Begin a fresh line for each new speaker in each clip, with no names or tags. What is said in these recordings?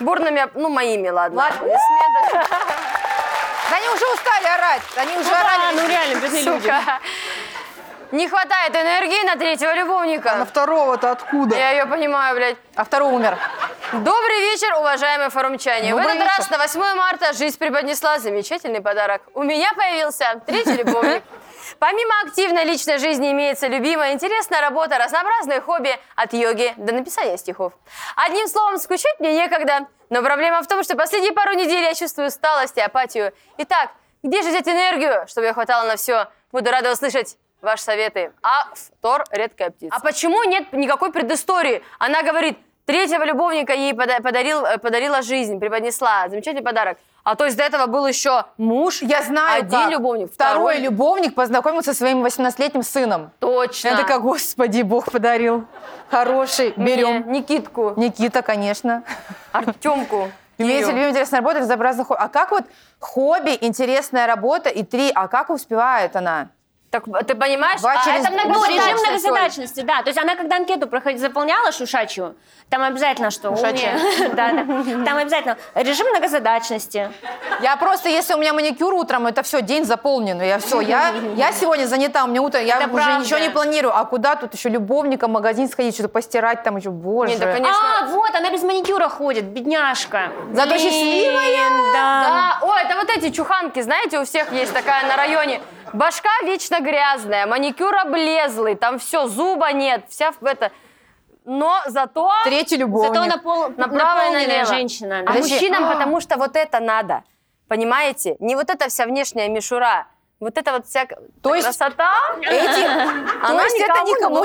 Бурными, ну, моими, ладно.
Ладно.
Аплодисменты.
Да они уже устали орать. Они уже
Да,
орали.
ну реально, бедные люди.
Сука. Не хватает энергии на третьего
А на
любовника.
второго-то откуда?
Я ее понимаю, блядь.
А второй умер.
Добрый вечер, уважаемые форумчане. В
Добрый
этот раз
вечер.
на 8 марта жизнь преподнесла замечательный подарок. У меня появился третий любовник. Помимо активной личной жизни имеется любимая, интересная работа, разнообразные хобби от йоги до написания стихов. Одним словом, скучать мне некогда. Но проблема в том, что последние пару недель я чувствую усталость и апатию. Итак, где же взять энергию, чтобы ее хватало на все? Буду рада услышать ваши советы.
А
Автор «Редкая птица». А почему нет никакой предыстории? Она говорит, третьего любовника ей пода- подарил, э, подарила жизнь, преподнесла. Замечательный подарок. А то есть до этого был еще муж,
Я знаю,
один
как.
любовник,
Второй
второй,
любовник познакомился со своим 18-летним сыном.
Точно.
Я такая, господи, Бог подарил. Хороший. Берем.
Мне Никитку,
Никита, конечно.
Артемку.
Имеете
Кирю.
любимая интересная работа, разнообразных хобби. А как вот хобби, интересная работа и три, а как успевает она?
Так ты понимаешь?
Два
А
через-
это много-
Ну,
Ну, режим
Многозадачность,
многозадачности, да. То есть она, когда анкету проходи- заполняла шушачью, там обязательно что?
Шушачья.
умнее. Да, да. Там обязательно режим многозадачности.
Я просто, если у меня маникюр утром, это все, день заполнен. Я все, я, я сегодня занята, у меня утро, я
Это
уже
правда.
ничего не планирую. А куда тут еще любовника, магазин сходить, что-то постирать там еще, боже.
Не, да, конечно.
А, вот, она без маникюра ходит, бедняжка.
Зато
Блин,
счастливая.
Да.
Да, ой, это вот эти чуханки, знаете, у всех есть такая на районе. Башка вечно грязная, маникюр облезлый, там все, зуба нет, вся в это. Но зато
Третий любовник.
Зато она пол...
направо и
наполненная
налево.
женщина.
А
да.
Подожди.
мужчинам, потому что вот это надо. Понимаете? Не вот эта вся внешняя мишура. Вот это вот вся
То есть-
красота.
Эти-
Она
То есть это никому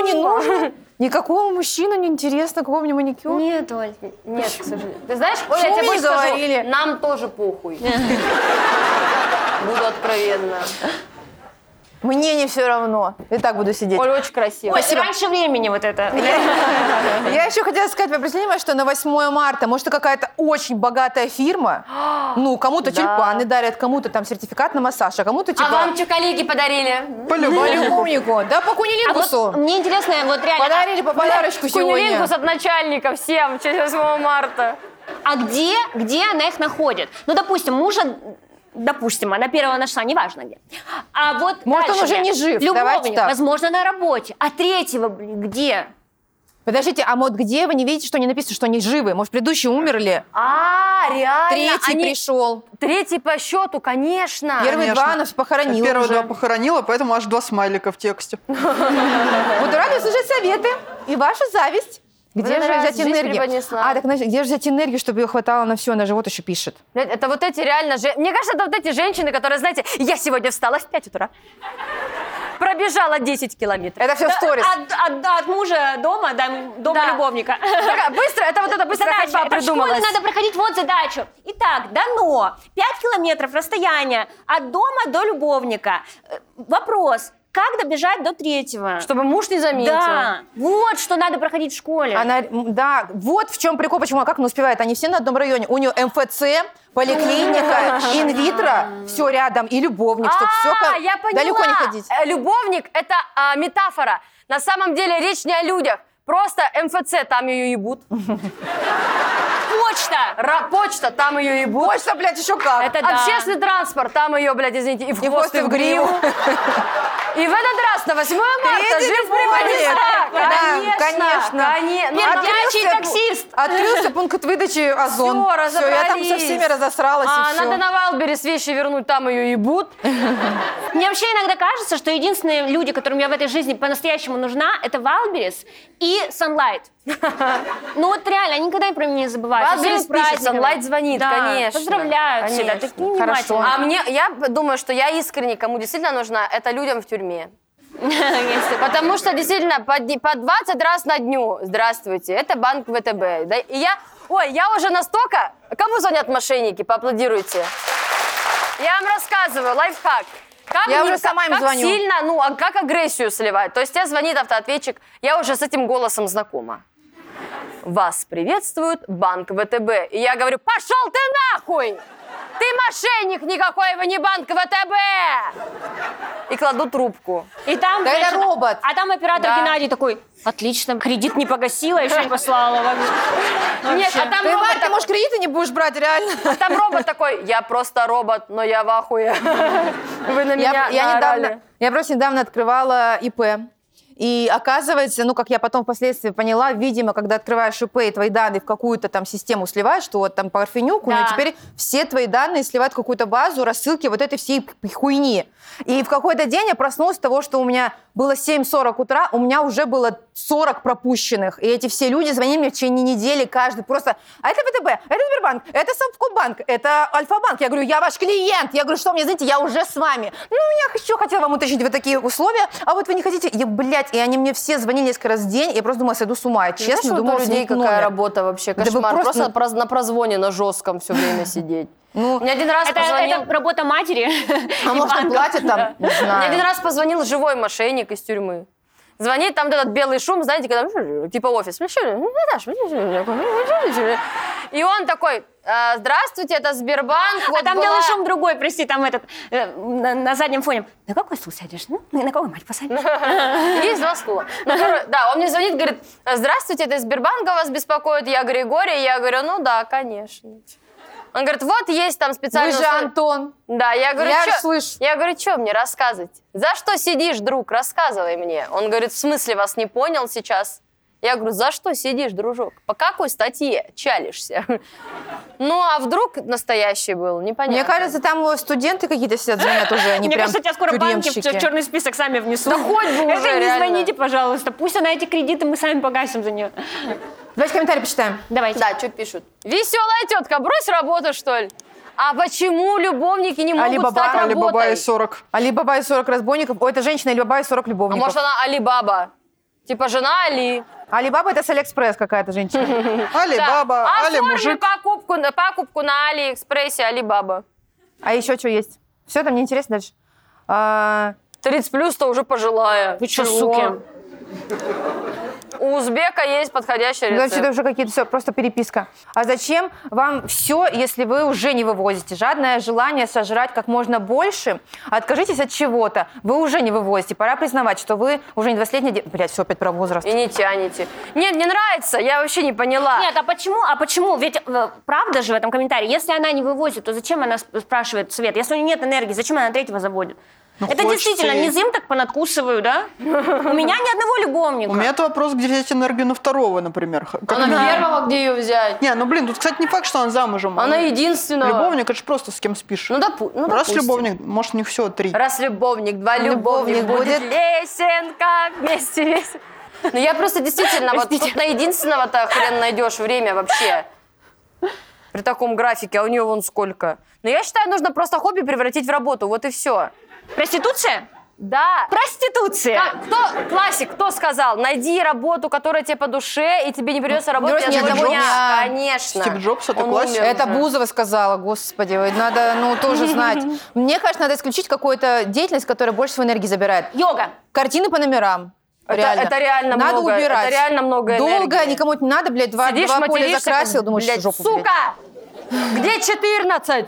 никому
не
не
нужно? Никакого мужчину не интересно, какого мне маникюр?
Нет, Оль.
Нет, к сожалению. Ты знаешь, Оля, я
Почему
тебе
мы не
больше скажу,
говорили?
нам тоже похуй. Буду откровенна.
Мне не все равно. Я так буду сидеть.
Оля очень красиво.
Ой, раньше времени вот это.
Я еще хотела сказать, вы обратили внимание, что на 8 марта, может, это какая-то очень богатая фирма, ну, кому-то тюльпаны дарят, кому-то там сертификат на массаж, а кому-то
А вам
типа
что коллеги подарили?
по любовнику, да по
А вот
кунилингусу.
мне интересно, вот реально,
Подарили по подарочку сегодня.
Кунилингус от начальника всем в честь 8 марта.
А где, где она их находит? Ну, допустим, мужа, допустим, она первого нашла, неважно где. А вот
Может, он
дальше
уже
где?
не жив, давайте
Любовник,
так.
возможно, на работе. А третьего, блин, где?
Подождите, а вот где вы не видите, что не написано, что они живы? Может, предыдущие умерли?
А, реально.
Третий
они-
пришел.
Третий по счету, А, конечно.
Первые
Конечно.
два она похоронила
Первого
уже.
да, похоронила, поэтому аж два смайлика в тексте.
Буду рада услышать советы и вашу зависть.
Вот
Где
это
же
раз
взять
Ну, жизнь
энергию?
преподнесла.
А, так значит, где же взять энергию, чтобы ее хватало на все, на живот еще пишет.
Блядь, Э, Это вот эти реально... же- Мне кажется, это вот эти женщины, которые, знаете, я сегодня встала в 5 утра, пробежала 10 километров.
Это все в сторис.
От, от- от мужа дома, до дома
Да.
любовника.
Такая быстро, это вот эта быстрая
Задача.
ходьба
Это в школе
придумалась.
надо проходить вот задачу. Итак, дано 5 километров расстояние от дома до любовника. Э, Вопрос, как добежать до третьего?
Чтобы муж не заметил.
Да, вот что надо проходить в
Э.
школе.
Она, м, да, вот в чем прикол, почему, а как она успевает? Они все на одном районе. У нее МФЦ, поликлиника, инвитро, все рядом, и любовник, чтобы все
А, я поняла.
далеко не ходить.
Э, Любовник – это а, метафора. На самом деле речь не о людях. Просто МФЦ, там ее ебут. Почта, ра- почта, там ее ебут.
Больше, блядь, еще как.
Это да.
Общественный транспорт, там ее, блядь, извините, и в
И
хвост, и в гриву. И в этот раз на 8 марта
Третий
жив
любовник.
преподнесла.
Да, конечно.
Коне- ну, она-
Пердячий
Открылся-
таксист.
Открылся пункт выдачи Озон.
Всё,
Всё, я там со
разобрались.
всеми разосралась,
А,
и все.
надо на Валберес вещи вернуть, там ее ебут.
Мне вообще иногда кажется, что единственные люди, которым я в этой жизни по-настоящему нужна, это Валберис и Sunlight. Ну вот реально, они никогда про меня не забывают.
Валберис
Со всеми
пишет,
праздниками.
Sunlight звонит,
Да,
конечно.
Поздравляют всегда,
Конечно.
такие
Хорошо.
внимательные.
А мне, я думаю, что я искренне кому действительно нужна, это людям в тюрьме. Потому что действительно по, ди- по 20 раз на дню, здравствуйте, это банк ВТБ. Да, и я, ой, я уже настолько, кому звонят мошенники, поаплодируйте. Я вам рассказываю, лайфхак. Как
Я уже
как-
сама им
как
звоню.
сильно, ну, а как агрессию сливать? То есть тебе звонит автоответчик, я уже с этим голосом знакома. Вас приветствует банк ВТБ. И я говорю, пошел ты нахуй! Ты мошенник никакой, вы не банк ВТБ! И кладу трубку.
И там
Да это
женщина-
робот.
А там оператор
Да.
Геннадий такой, отлично, кредит не погасила, еще не послала. вообще».
Нет, а там,
Ты,
робот,
Марь, ты,
так-
может, кредиты не будешь брать, реально?
а там робот такой, я просто робот, но я в ахуе. Вы на меня
Я, я
наорали.
недавно, я просто недавно открывала ИП. И оказывается, ну, как я потом впоследствии поняла, видимо, когда открываешь ИП и твои данные в какую-то там систему сливаешь, что вот там Парфенюк, у
Да.
него теперь все твои данные сливают в какую-то базу, рассылки вот этой всей п- хуйни. И в какой-то день я проснулась от того, что у меня было 7.40 утра, у меня уже было 40 пропущенных. И эти все люди звонили мне в течение недели, каждый просто, а это ВТБ, это Сбербанк, это Совкомбанк, это Альфа-банк. Я говорю, я ваш клиент. Я говорю, что мне, знаете, я уже с вами. Ну, я еще хотела вам уточнить вот такие условия, а вот вы не хотите, я, блядь, и они мне все звонили несколько раз в день, я просто думала, сойду с ума,
Ты
честно,
знаешь, вот
думала,
у людей
сменить
какая
номер.
работа вообще,
Да вы
кошмар.
просто-
просто проз- на прозвоне на жестком все время сидеть.
Ну,
Мне один раз
Это,
позвонил...
это работа матери.
а может, им платят там, не
Мне один
знаю.
раз позвонил живой мошенник из тюрьмы. Звонит, там вот этот белый шум, знаете, когда типа офис. И он такой, «А, здравствуйте, это Сбербанк.
А
вот
там
была-
белый шум другой, прости, там этот, э, на, на заднем фоне. На какой стул сядешь? Ну, на какой мать посадишь?
Есть два стула. Ну, короче, да, он мне звонит, говорит, «А, здравствуйте, это из Сбербанка вас беспокоит, я Григорий. Я говорю, ну да, конечно. Он говорит, вот есть там
Вы
специально...
же Антон.
Да, я говорю,
Я
«Чё?»
же слышу.
Я говорю, что мне рассказывать? За что сидишь, друг? Рассказывай мне. Он говорит, в смысле вас не понял сейчас? Я говорю, за что сидишь, дружок? По какой статье чалишься? Ну, а вдруг настоящий был? Непонятно.
Мне кажется, там э, студенты какие-то сидят, звонят уже, они
Мне
прям
кажется, тебя скоро банки в
тюремщики.
чер- черный список сами внесут.
Да хоть бы
Это
уже,
не
реально.
звоните, пожалуйста. Пусть она эти кредиты, мы сами погасим за нее.
Давайте комментарий почитаем.
Давайте.
Да, что пишут? Веселая тетка, брось работу, что ли? А почему любовники не могут
Али-баба,
стать работой? А
Алибаба и 40.
Али Баба и 40 разбойников. О, это женщина Али Баба и 40
а
любовников.
может, она Али-баба? Типа жена Али.
Али Баба это с Алиэкспресс какая-то женщина.
Да. А
Али-баба,
Оформи
Али-мужик.
покупку, на- покупку на Алиэкспрессе Али-баба.
А еще что есть? Все, там неинтересно дальше. А,
30 плюс-то уже пожилая.
Вы что,
Чего?
суки?
У узбека есть подходящий
ну,
рецепт.
Значит, это уже какие-то все, просто переписка. А зачем вам все, если вы уже не вывозите? Жадное желание сожрать как можно больше. Откажитесь от чего-то. Вы уже не вывозите. Пора признавать, что вы уже не 20-летняя... де- Блядь, все опять про возраст.
И не тянете. Нет, не нравится, я вообще не поняла.
Нет, а почему? А почему? Ведь э, правда же в этом комментарии, если она не вывозит, то зачем она сп- спрашивает совет? Если у нее нет энергии, зачем она третьего заводит?
Ну,
это
хочется
действительно,
ей.
не зим так понадкусываю, да? У меня ни одного любовника.
У меня это вопрос, где взять энергию на второго, например. Х- как
Она
минимум.
первого, где ее взять?
Не, ну блин, тут, кстати, не факт, что она замужем. а
Она единственная.
Любовник, это же просто с кем спишь.
Ну, допу- ну,
Раз
допустим.
любовник, может, у них все три.
Раз любовник, два любовник,
Любовник
будет
будет.
лесенка вместе весь. Ну я просто действительно, вот тут на единственного-то хрен найдешь время вообще. При таком графике, а у нее вон сколько. Но я считаю, нужно просто хобби превратить в работу, вот и все.
Проституция?
Да.
Проституция!
Как- кто, классик, кто сказал? Найди работу, которая тебе по душе, и тебе не придется работать
Берёт ни
одного
одного
дня.
дня.
Конечно.
Стив Джобс, это
Он
классик.
умер
Это
уже.
Бузова сказала, господи, вы надо, ну, тоже знать. Мне кажется, надо исключить какую-то деятельность, которая больше всего энергии забирает.
Йога.
Картины по номерам.
Это- это реально
Надо
много, это
убирать.
реально много
Долго
энергии.
никому это не надо, блядь, два,
Сидишь,
два поля
материшься,
закрасил,
как,
думаешь,
блядь,
жопу, блядь.
сука! Где 14?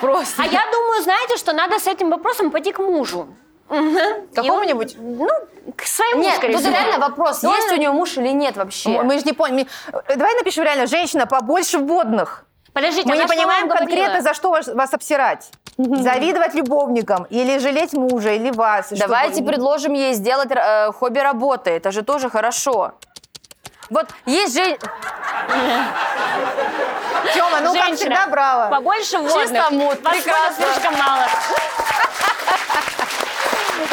Просто.
А я думаю, знаете, что надо с этим вопросом пойти к мужу. Мгм. И
Какому-нибудь?
он, Ну, к своему,
Нет,
скорее
тут
всего.
реально вопрос,
Ну,
есть
она-
у нее муж или нет вообще.
М- Мы же не поняли. Давай напишем реально, женщина, побольше водных.
Подождите,
Мы
она
не
что вам
понимаем
говорила?
конкретно, за что вас, вас обсирать. Завидовать любовникам, или жалеть мужа, или вас. и
Давайте
чтобы-
предложим ей сделать э, хобби работы, это же тоже хорошо. Вот есть же...
Тёма, ну как
Женщина,
всегда, браво.
Побольше водных.
мут,
Вас
прекрасно.
водных слишком мало.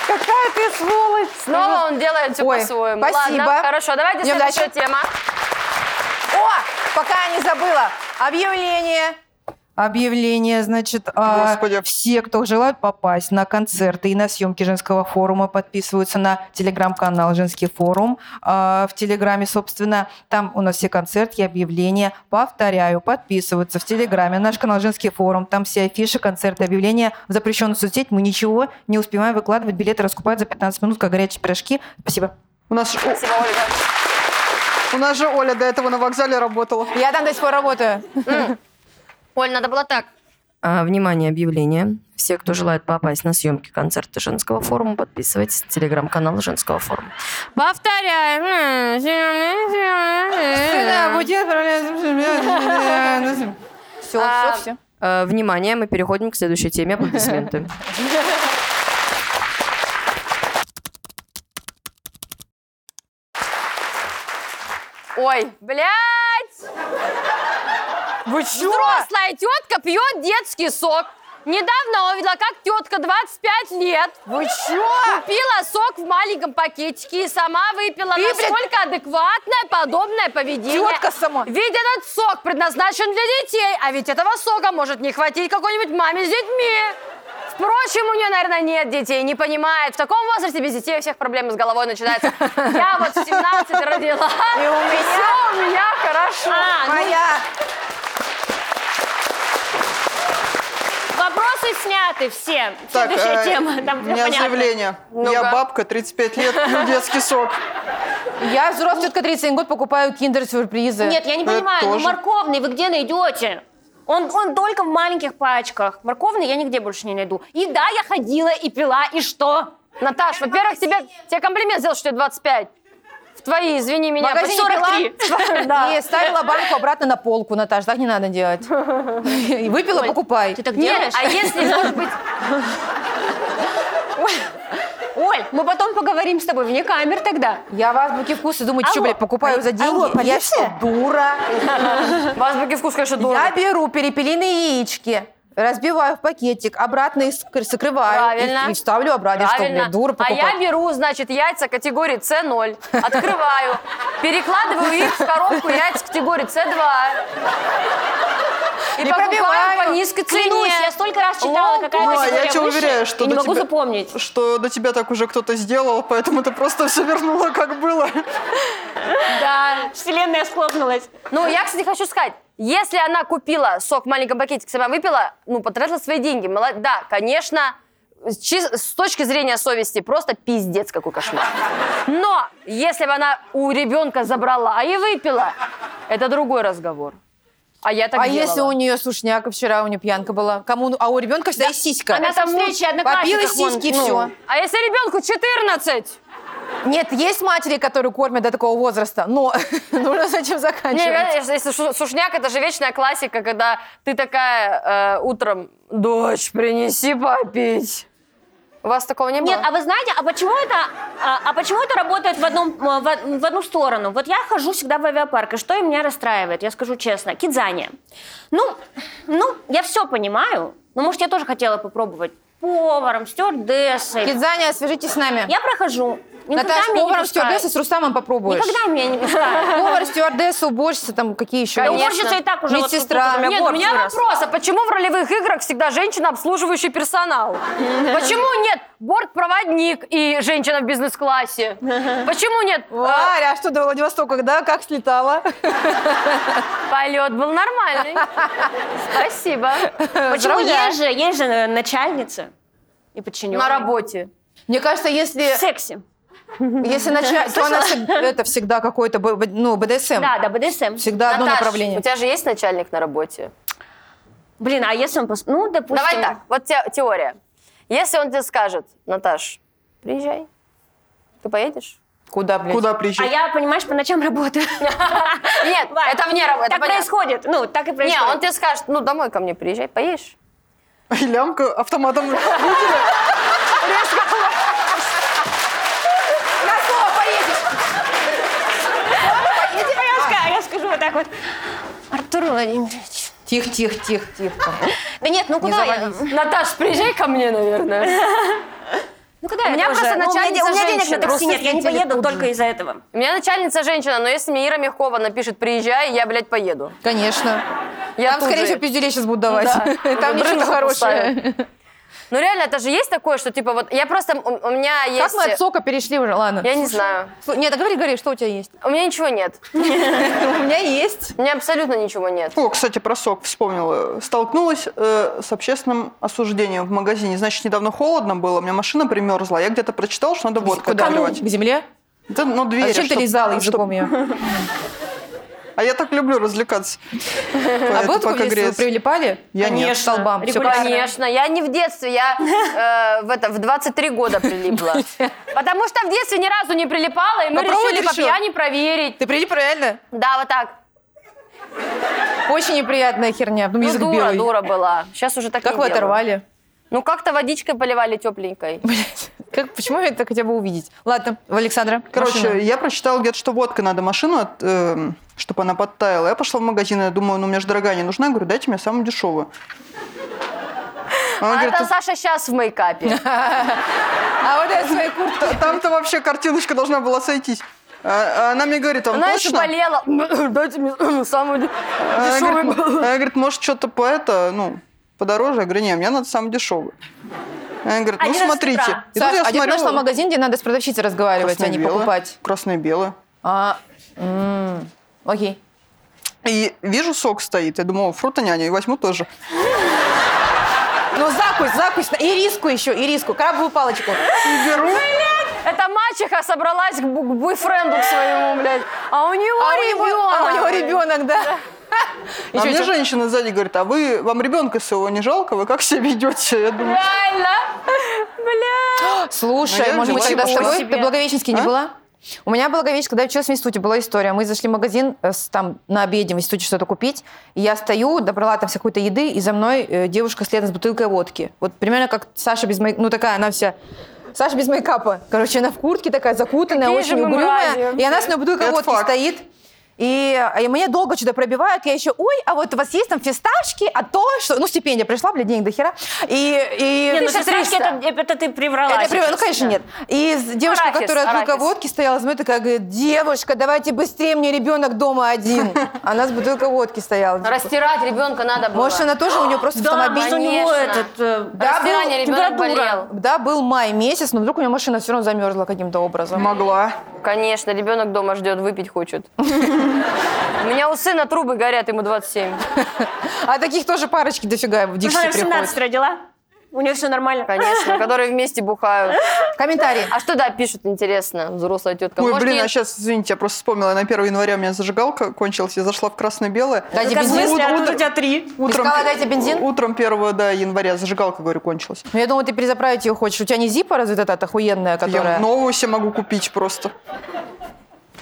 Какая ты сволочь.
Снова он делает все
Ой,
по-своему.
спасибо.
Ладно, хорошо, давайте
Идём
следующая
дальше.
тема.
О, пока я не забыла. Объявление.
Объявление, значит, а,
Господи.
все, кто желает попасть на концерты и на съемки женского форума, подписываются на телеграм-канал «Женский форум». А, В телеграме, собственно, там у нас все концерты и объявления. Повторяю, подписываются в телеграме. Наш канал «Женский форум», там все афиши, концерты, объявления. В запрещенную соцсеть мы ничего не успеваем выкладывать. Билеты раскупают за 15 минут, как горячие пирожки. Спасибо.
У нас, ж-
Спасибо, Ольга.
у нас же Оля до этого на вокзале работала.
Я там до сих пор работаю.
Оль, надо было так.
А, Внимание, объявление. Все, кто желает попасть на съемки концерта женского форума, подписывайтесь на телеграм-канал женского форума.
Э,
Повторяю.
Все,
А,
все, все.
А, Внимание, мы переходим к следующей теме. Аплодисменты.
Ой, блядь!
Вы чё?
Взрослая тетка пьет детский сок. Недавно увидела, как тетка 25 лет
Вы чё?
купила сок в маленьком пакетике и сама выпила.
Ты, блядь-
Насколько адекватное подобное поведение?
Тетка сама.
Ведь этот сок предназначен для детей, а ведь этого сока может не хватить какой-нибудь маме с детьми. Впрочем, у нее, наверное, нет детей, не понимает. В таком возрасте без детей у всех проблемы с головой начинаются. Я вот в 17 родила,
И у меня
все у меня хорошо.
А, ну,
моя.
вопросы сняты все.
Так,
Следующая
э,
тема.
У
Там всё
меня
понятно.
заявление. Я бабка, 35 лет, пью детский сок.
Я взрослая тетка 31 год покупаю киндер-сюрпризы.
Нет, я не
Это
понимаю, ну
тоже.
морковный вы где найдете? Он, он только в маленьких пачках. Морковный я нигде больше не найду. И да, я ходила и пила, и что?
Наташ,
Э,
во-первых, тебе, тебе комплимент сделал, что ты 25. В твои, извини меня,
В магазине
почти
43.
Да.
И ставила банку обратно на полку, Наташ, так не надо делать. И выпила, покупай.
Ты так
Нет,
делаешь?
а если, может быть,
Оль, мы потом поговорим с тобой вне камер тогда.
Я в азбуке вкуса думаю, что,
Алло,
блядь, покупаю за
алло,
деньги? Я что, дура?
в азбуке вкус, конечно, дорого.
Я беру перепелиные яички, разбиваю в пакетик, обратно их ск- закрываю и-
Правильно.
и ставлю обратно. Я что,
Правильно.
блядь, дура
а я
покупать?
беру, значит, яйца категории С0, открываю, перекладываю их в коробку яйца категории С2. И
Не
покупаю
пробиваю.
по низкой цене.
Клянусь, я столько раз читала, какая
ну, а я
категория
тебя
выше,
уверяю, что
и не
до
могу
тебя-
запомнить.
Что до тебя так уже кто-то сделал, поэтому ты просто все вернула, как было.
Да, вселенная схлопнулась.
Ну, я, кстати, хочу сказать, если она купила сок в маленьком пакетике, сама выпила, ну, потратила свои деньги. Мало- Да, конечно, чис- с точки зрения совести просто пиздец какой кошмар. Но если бы она у ребенка забрала а и выпила, это другой разговор. А я так
А
делала.
если у нее сушняка вчера, у нее пьянка была? Кому? ну, А у ребенка всегда есть сиська.
Она там встречи
Попила
одноклассников. вон,
сиськи и
ну.
все.
А если ребенку 14?
Нет, есть матери, которые кормят до такого возраста, но ну, нужно зачем
Не,
заканчивать?
реально, если шу- сушняк, это же вечная классика, когда ты такая э, утром, дочь, принеси попить. У вас такого не было?
Нет, а вы знаете, а почему это, а, а почему это работает в, одном, э, в, в одну сторону? Вот я хожу всегда в авиапарк, и что и меня расстраивает, я скажу честно, кидзание. Ну, ну, я все понимаю, но, может, я тоже хотела попробовать поваром, стюардессой.
Кидзаня, свяжитесь с нами.
Я прохожу, никогда
Наташ,
меня не
поваром
пускают.
стюардесса с Рустамом попробуешь.
Никогда меня не пускают.
Повар, стюардесса, уборщица, там какие еще?
Да уборщица и так уже вот
Медсестра.
тут вот у меня
Нет, у
Борг
меня
вырос.
вопрос, а почему в ролевых играх всегда женщина, обслуживающий персонал? Почему нет бортпроводник и женщина в бизнес-классе? Почему нет? Э,
Варя, а что до Владивостока, да? Как слетала?
Полет был нормальный. Спасибо.
Почему?
Поздравляю.
Есть же, есть же э, начальница и подчиненные.
На работе.
Мне кажется, если,
В сексе.
если начать, то она всег- это всегда какой-то, б- б- ну, БДСм.
Да, да, БДСМ.
Всегда одно
Наташ,
направление.
у тебя же есть начальник на работе?
Блин, а если он... пос- Ну, допустим...
Давай так, вот те- теория. Если он тебе скажет, Наташ, приезжай, ты поедешь?
Куда, блядь?
Куда
А
приезжать?
я, понимаешь, по ночам работаю.
Нет,
Вань,
это вне работы. это понятно.
Ну, Так происходит. Ну, так и
Не,
происходит.
он тебе скажет, ну домой ко мне приезжай, поедешь?
И лямка автоматом.
На слово поедешь!
А я ска- я скажу вот так вот. Артур Владимирович.
Тихо, тихо, тихо, тихо.
Да нет, ну куда я?
Наташ, приезжай ко мне, наверное.
Ну куда
меня
тоже?
просто
Ну, у меня
начальница
де- У меня денег на
женщина.
такси нет, я не
Просто
поеду
тут же.
только из-за этого.
У меня начальница женщина, но если мне Ира Мягкова напишет «приезжай», я, блядь, поеду.
Конечно.
Я
Там,
тут же.
скорее всего, пиздюлей сейчас будут давать.
Да.
Там
Брыжу
ничего хорошего.
Ну реально, это же есть такое, что типа вот я просто, у, у меня
Как
есть... э,
мы от сока перешли уже? Ладно.
Я не знаю.
Слу- Нет, а говори, говори, что у тебя есть?
У меня ничего нет.
У меня есть.
У меня абсолютно ничего нет.
О, кстати, про сок вспомнила. Столкнулась э, с общественным осуждением в магазине. Значит, недавно холодно было, у меня машина примерзла. Я где-то прочитала, что надо водку
Куда?
отогревать.
К земле?
Да, ну, двери.
А зачем ты
чтоб-
лизала
чтоб-
языком ее?
А А я так люблю развлекаться.
А
Поэтому
было такое
пока
в детстве, вы
греется.
прилипали?
Я нет.
К столбам. Всё
Регулярно.
правильно.
Конечно, я не в детстве, я э, в, это, в 23 года прилипла. Потому что в детстве ни разу не прилипала, и мы
Попробовать
решили по
решила?
пьяни проверить.
Ты прилип реально?
Да, вот так.
Очень неприятная херня. Потом
Ну,
язык
дура,
белый.
дура была. Сейчас уже так
Как
не
вы
делаю.
оторвали?
Ну, как-то водичкой поливали тепленькой.
Как, почему я это хотя бы увидеть? Ладно, Александра.
Короче,
машина.
я прочитала где-то, что водкой надо машину, чтобы она подтаяла. Я пошла в магазин, я думаю, ну, мне же дорогая не нужна. Я говорю, дайте мне самую дешевую. Она
А
говорит,
это Саша сейчас в мейкапе.
А вот это своей курткой.
«Та- там-то вообще картиночка должна была сойтись. А- а Она мне говорит, вам
Она еще
точно? А
болела. Дайте мне самую
Она говорит,
дешевую.
«М- она говорит, может, что-то по это, ну, подороже? Я говорю, не, мне надо самый дешевый. Она говорит, ну,
Один раз
смотрите.
утра.
И тут
Саш,
я
а я
смотрю,
нашла магазин, где надо с продавщицей разговаривать, а не
красно-белое,
покупать.
Красно-белое.
А, м, окей.
И вижу, сок стоит. Я думаю, «О, фрутоняня, и возьму тоже.
Ну, закусь, закусь. И риску еще, и риску. Крабовую палочку.
И беру.
Это мачеха собралась к бу- к бойфренду к своему, блядь. А у него
А у него-
ребенок.
а у него ребенок, да. И
А
чё,
мне
чё?
женщина сзади говорит, а вы, вам ребенка своего не жалко? Вы как себя ведете? Я думаю,
Реально? Бля.
Ну,
Слушай,
я
может быть,
взяла
тогда
и
с
пошла
тобой
себе.
ты в Благовещенске не
А?
была? У меня в Благовещенске, когда я училась в институте, была история. Мы зашли в магазин э, с- там на обеде в институте что-то купить. И я стою, добрала там всякой-то еды, и за мной э, девушка следом с бутылкой водки. Вот примерно как Саша без мейкапа. Ну, такая она вся... Саша без мейкапа. Короче, она в куртке такая закутанная,
Какие же
очень
мы мрази
угрюмая.
вообще.
И она с ней бутылка
Это
водки
факт.
стоит. И, и мне долго что-то пробивают, я еще, ой, а вот у вас есть там фисташки, а то, что... Ну, стипендия пришла, блядь, денег до хера. И, и...
Нет, ну,
1300.
фисташки это, это ты привралась.
Это прям, ну,
сейчас.
конечно, нет. И с- девушка,
Арахис,
которая от
арахис.
бутылка водки стояла, за мной такая говорит, девушка, давайте быстрее, мне ребенок дома один. Она с бутылкой водки стояла.
Ну, Растирать ребенка надо было.
Может, она тоже у нее просто
Да, ну, без у
автомобиль.
него
Конечно.
этот... э,
Да, был-
Растирание ребенок
температура.
болел.
Да, был май месяц, но вдруг у нее машина все равно замерзла каким-то образом.
могла.
Конечно, ребенок дома ждет, выпить хочет. У меня у сына трубы горят, ему 27.
А таких тоже парочки дофига в
Потому что
Дикси
она в 17
приходят.
родила. У нее все нормально.
Конечно, которые вместе бухают.
Комментарий.
А что да пишут, интересно, взрослая тетка?
Ой,
Может,
блин,
ей-
а сейчас, извините, я просто вспомнила, на 1 января у меня зажигалка кончилась, я зашла в красно-белое.
Дайте
Как в
бензин.
смысле, а тут
утро-
у тебя три.
Утром,
Искала, дайте бензин?
Утром 1 да, января зажигалка, говорю, кончилась.
Ну, я думаю, ты перезаправить ее хочешь. У тебя не зипа разве вот эта охуенная,
Я
которая...
новую себе могу купить просто.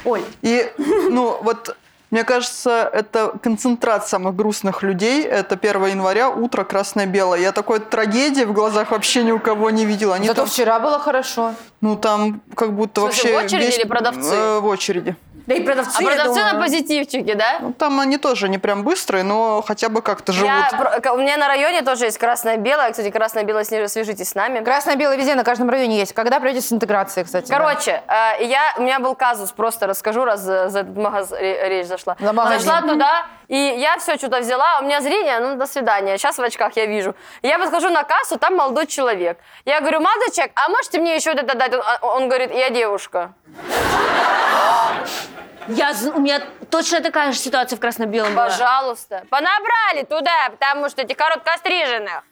Оль,
И, ну, вот, мне кажется, это концентрат самых грустных людей. Это 1 января, утро красно-белое. Я такой трагедии в глазах вообще ни у кого не видела. Они
Зато
там,
вчера было хорошо.
ну, там как будто
В смысле,
вообще...
в очереди или продавцы?
э, в очереди.
да и продавцы,
А
я
продавцы
думаю.
на позитивчике, да?
Ну, там они тоже не прям быстрые, но хотя бы как-то живут.
Я про- ка- у меня на районе тоже есть красное-белое. Кстати, красное-белое, с ней свяжитесь с нами.
Красно-белое везде на каждом районе есть. Когда придете с интеграцией, кстати?
Короче, э, я, у меня был казус, просто расскажу, раз за, за этот магаз ре- речь зашла.
За магазин.
Зашла туда, и я все что-то взяла, у меня зрение, ну, до свидания, сейчас в очках я вижу. Я подхожу на кассу, там молодой человек. Я говорю, молодой человек, а можете мне еще вот это дать? Он, а- он говорит, я девушка.
Я, зн- у меня точно такая же ситуация в красно-белом была.
Пожалуйста. Понабрали туда, потому что эти короткостриженных.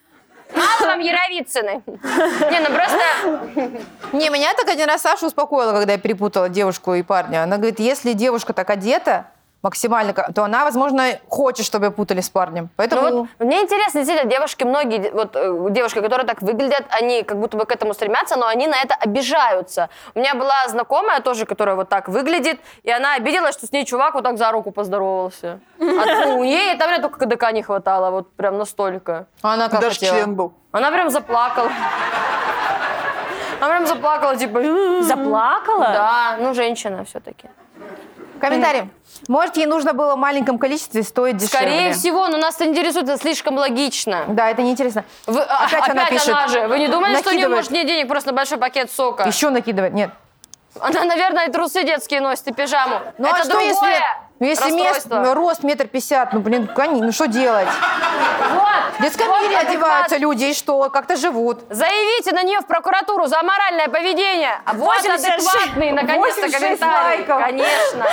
Мало вам Яровицыны. Не, ну просто...
Не, меня так один раз Саша успокоила, когда я перепутала девушку и парня. Она говорит, если девушка так одета, максимально, ка- то она, возможно, хочет, чтобы ее путали с парнем.
Ну
Поэтому...
вот, мне интересно, действительно, девушки многие, де- вот э, девушки, которые так выглядят, они как будто бы к этому стремятся, но они на это обижаются. У меня была знакомая тоже, которая вот так выглядит, и она обиделась, что с ней чувак вот так за руку поздоровался. А у ней там мне только КДК не хватало, вот прям настолько.
А она как
Даже
хотела?
член был.
Она прям заплакала. Она прям заплакала, типа... «М-м-м».
Заплакала?
Да, ну женщина все-таки.
Комментарий. Может, ей нужно было в маленьком количестве и стоить дешевле.
Скорее всего, но нас это интересует, это слишком логично.
Да, это неинтересно.
Вы- а-
Опять она пишет.
же. Вы не думали, что не
Накидывает.
может мне денег просто на большой пакет сока?
Еще накидывать. Нет.
Она, наверное, и трусы детские носит, и пижаму.
Ну
это
а что,
другое
если, ну, если мест,
расстройство.
рост метр пятьдесят? Ну, блин, кони- ну что делать?
Вот,
Ну, В детском
вот
мире
адекват.
одеваются люди, и что? Как-то живут.
Заявите на нее в прокуратуру за аморальное поведение. А вот
86
адекватный, наконец-то,
86
комментарий.
лайков.
Конечно.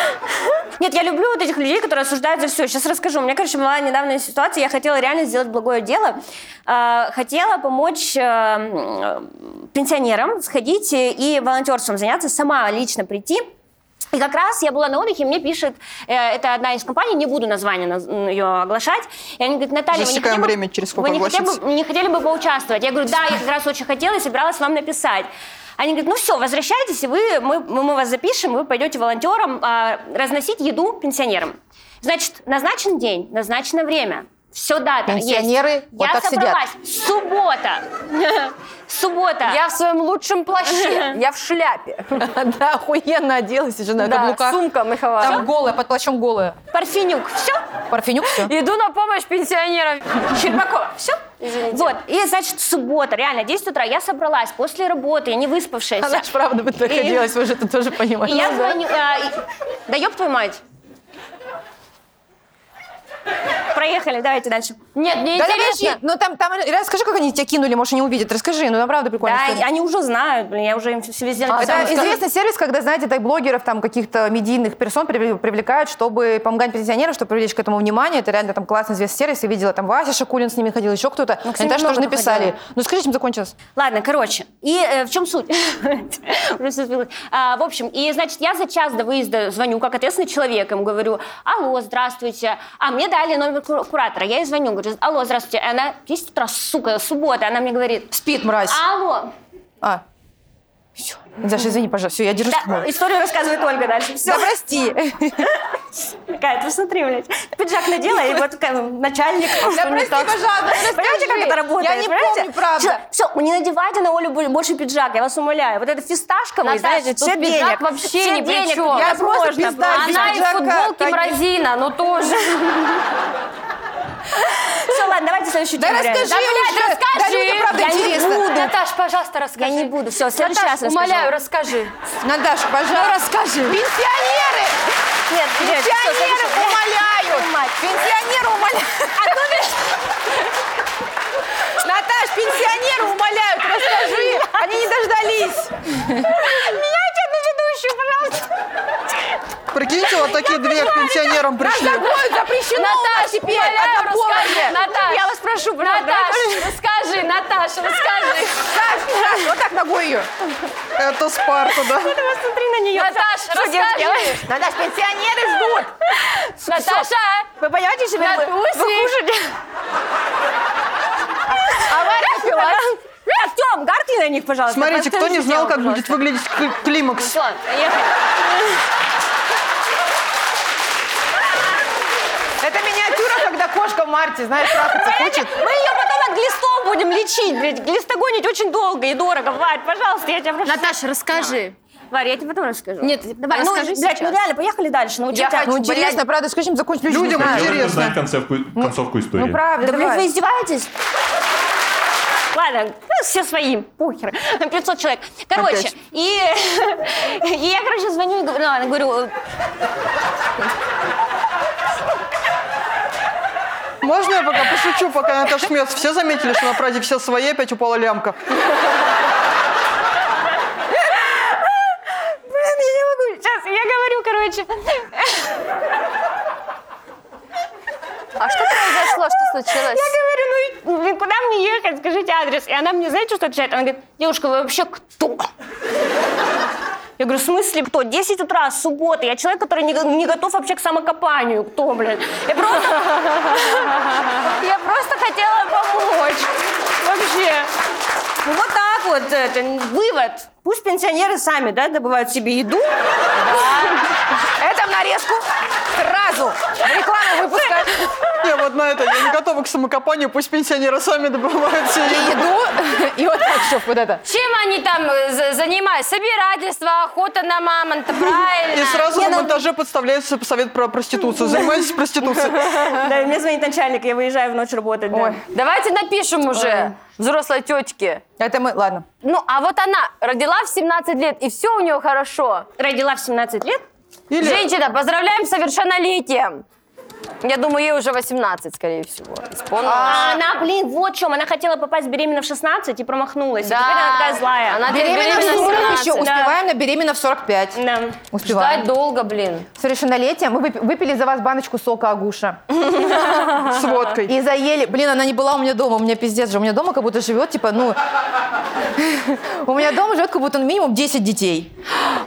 Нет, я люблю вот этих людей, которые осуждают за все. Сейчас расскажу. У меня, короче, была недавняя ситуация. Я хотела реально сделать благое дело. А, Хотела помочь э, м, э, пенсионерам сходить и и волонтерством заняться, сама лично прийти И как раз я была на отдыхе, мне пишет, э, это одна из компаний, не буду название наз- м, ее оглашать. И они говорят, Наталья, вы не, хотели
Засекаем
бы,
время, через сколько
вы не, хотели
огласится.
бы, не хотели бы поучаствовать? Я говорю, да, я как раз очень хотела и собиралась вам написать. Они говорят, ну все, возвращайтесь, и вы, мы, мы мы вас запишем, и вы пойдете волонтером а, разносить еду пенсионерам. Значит, назначен день, назначено время. Все, дата есть.
Пенсионеры вот
я
так сидят.
собралась. Суббота. Суббота.
Я в своем лучшем плаще, я в шляпе.
Да, охуенно оделась уже на
Да,
каблуках.
сумка меховая.
Там голая, под плащом голая.
Парфенюк. Все?
Парфенюк все.
Иду на помощь пенсионерам.
Щербакова. Все?
Извините.
Вот. И, значит, суббота, реально, 10 утра. Я собралась после работы, я не выспавшаяся.
Она ж правда бы находилась, вы же это тоже
И
понимаете.
я звоню... а, и- Да ёб твою мать. Проехали, давайте дальше.
Нет, мне
Да,
интересно.
подожди, ну там, там, расскажи, как они тебя кинули, может, они увидят. Расскажи, ну там правда прикольно.
Да, они уже знают, блин, я уже им все везде написала.
А, это известный сервис, когда, знаете, так блогеров, там, каких-то медийных персон прив- привлекают, чтобы помогать пенсионерам, чтобы привлечь к этому внимание. Это реально там классный известный сервис. Я видела, там Вася Шакулин с ними ходил, еще кто-то.
Ну, кстати,
Они даже
много
тоже
кто
написали.
ходил.
Ну, скажи, чем закончилось?
Ладно, короче. И э, в чем суть? Уже всё сбилось. А, В общем, и значит, я за час до выезда звоню, как ответственный человек, им говорю, алло, здравствуйте. А мне дали номер ку- куратора, я ей звоню, говорю, алло, здравствуйте. И она, 10 утра, сука, суббота, она мне говорит,
Спит, мразь.
алло.
А. Все. Даша, извини, пожалуйста. Все, я держусь.
Да,
к тебе.
историю рассказывает Ольга дальше. Все,
Да, прости.
Кать, посмотри, «Ну, блядь, пиджак надела, и вот такая, ну, начальник.
Да прости, пожалуйста,
Понимаете, как
расскажи.
это работает?
Я не помню, правда.
Все, не надевайте на Олю бо- больше пиджак, я вас умоляю. Вот это фисташковый,
Наташа,
знаете,
тут
все
пиджак
денег.
вообще
Все
ни при
денег,
чем.
Я
Я просто
просто
пизда,
пизда.
Она и в
пиджака,
футболке
конечно.
мразина, ну тоже.
Все, ладно, давайте следующую
Да
тему. реально.
расскажи уже. Да людям, правда,
Я не
интересно.
буду.
Наташ, пожалуйста,
Я
расскажи.
не буду, все, в следующий
Наташ,
раз расскажу.
умоляю, расскажи.
Наташа, пожалуйста. Ну, расскажи. Пенсионеры!
Нет, нет, всё,
Пенсионеры
следующий- Твою
умоляют!
мать.
Пенсионеры умоляют!
А ну,
Наташ, пенсионеры умоляют, расскажи! Они не дождались!
Меняйте одну ведущую, пожалуйста.
Прикиньте, вот такие две к пенсионерам пришли.
Ой, запрещено
Наташ,
теперь!
умоляю, расскажи. Наташ,
Я вас прошу, правда,
Наташ, расскажи, Наташ, расскажи.
Вот так ногой ее.
Это Спарта, да?
Посмотри на нее.
Наташ, расскажи.
Наташ, пенсионеры ждут.
Наташа,
Вы понимаете, что
Натуси.
вы, вы хуже? Артем, гаркни на них, пожалуйста.
А Смотрите, кто не
Поставьте
знал,
тело,
как будет выглядеть кли- климакс.
пожалуйста. Всё, поехали.
Это миниатюра, когда кошка в марте, знаешь, трахаться хочет.
Мы ее потом от глистов будем лечить, блядь. Глистогонить очень долго и дорого. Варь, пожалуйста, я тебя прошу.
Наташа, расскажи.
Варь, я тебе потом расскажу.
Нет,
давай, ну,
расскажи
блядь, ну
сейчас.
реально, поехали дальше. Ну,
Я
тебя-
хочу,
Ну,
ну,
блядь.
интересно, правда, скажи, чем закончить. люди не
Людям
знают.
интересно.
Давайте узнаем концовку, концовку истории.
Ну, правда,
Да, блядь, вы
давай.
издеваетесь? Ладно, ну, все свои, похер, 500 человек. Короче,
Опять.
и, и я, короче, звоню и говорю, ну, ладно, говорю, э,
Можно я пока пошучу, пока Наташа смеется? Все заметили, что на праздник все свои, опять упала лямка.
Блин, я не могу. Сейчас, я говорю, короче.
А что произошло, что случилось?
Я говорю, ну, блин, куда мне ехать? Скажите адрес. И она мне, знаете, что отвечает? Она говорит, девушка, вы вообще кто? Я говорю, в смысле кто? 10 утра, суббота. Я человек, который не, го- не готов вообще к самокопанию. Кто, блин? Я просто... Я просто хотела помочь. Вообще. Ну, вот так вот. Это, вывод. Пусть пенсионеры сами, да, добывают себе еду.
Это в нарезку сразу. Рекламу выпускать.
Не, вот на это я не готова к самокопанию, пусть пенсионеры сами добывают себе
И
еду.
еду, и вот так, чтоб вот это.
Чем они там э, за- занимаются? Собирательство, охота на мамонта, правильно?
И сразу
ну
на монтаже подставляется совет про проституцию. Занимайтесь проституцией.
Да, мне звонит начальник, я выезжаю в ночь работать. да.
Ой.
Давайте напишем уже взрослой тетке.
Это мы, ладно.
Ну, а вот она родила в 17 лет, и все у нее хорошо.
Родила в 17 лет.
Или
Женщина, поздравляем с совершеннолетием. Я думаю, ей уже 18, скорее всего. Исполнилось.
А она, блин, вот в чем. Она хотела попасть беременна в 16 и промахнулась. И теперь она такая злая.
Она теперь
Беременна в
беременна
40
в
еще.
17.
Успеваем на беременна в 45.
Да.
Успеваем.
Ждать долго, блин.
Совершеннолетие. Мы выпи- выпили за вас баночку сока Агуша.
с водкой.
И заели. Блин, она не была у меня дома. У меня пиздец же. У меня дома как будто живет, типа, ну... У меня дома живет как будто ну, минимум 10 детей.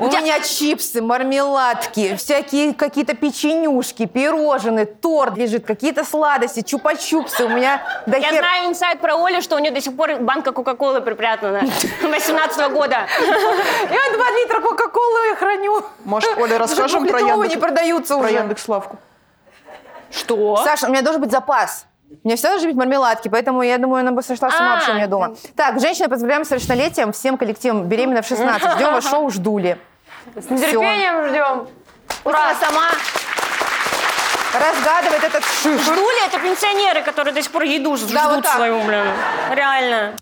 У меня чипсы, мармеладки, всякие какие-то печенюшки, пирожные, торт лежит, какие-то сладости, чупа-чупсы. У меня до
Я
хер-
знаю инсайт про Олю, что у нее до сих пор банка Кока-Колы припрятана 18 года.
Я два литра кока-колы храню.
Может, Оля, расскажем
Уже
про
двухлитровые
Яндекс-
не продаются
про
уже.
Яндекс.Лавку?
Что?
Саша, у меня должен быть запас. У меня всегда должны быть мармеладки, поэтому я думаю, она бы сошла с ума
А,
вообще у меня дома. Так, женщина, поздравляем с совершеннолетием, всем коллективом, беременна в 16. Ждем вас шоу «Ждули».
С нетерпением ждем.
Пусть она сама разгадывает этот шифр.
Ждули это пенсионеры, которые до сих пор еду ждут
Да, вот так.
свою, блин. Реально.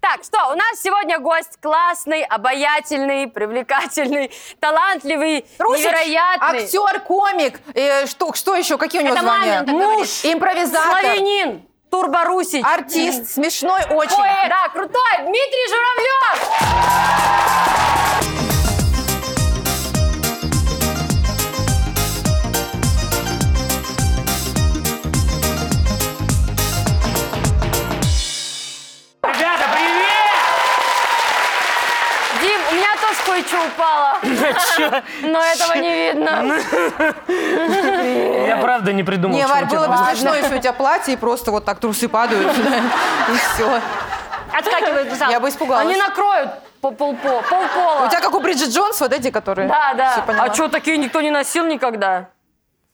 Так, что, у нас сегодня гость классный, обаятельный, привлекательный, талантливый,
Русич,
невероятный.
Актер, комик, э, что, что еще, какие у него
Это
звания?
мамин так
Муж, импровизатор,
Славянин, турборусич.
артист, смешной очень.
Поэт. Да, крутой, Дмитрий Журавлев.
Ребята, привет!
Дим, у меня тоже кое-что упало, но этого не
Ну,
видно.
Я правда не придумал,
Не,
что
Варь,
у тебя
было бы
было.
смешно, если у тебя платье, и просто вот так трусы падают, и все.
Отскакивает в зал.
Я бы испугалась.
Они накроют по полпо- полпола.
А У тебя как у Бриджит Джонс, вот эти, которые?
Да,
Всё
да.
поняла.
А что, такие никто не носил никогда?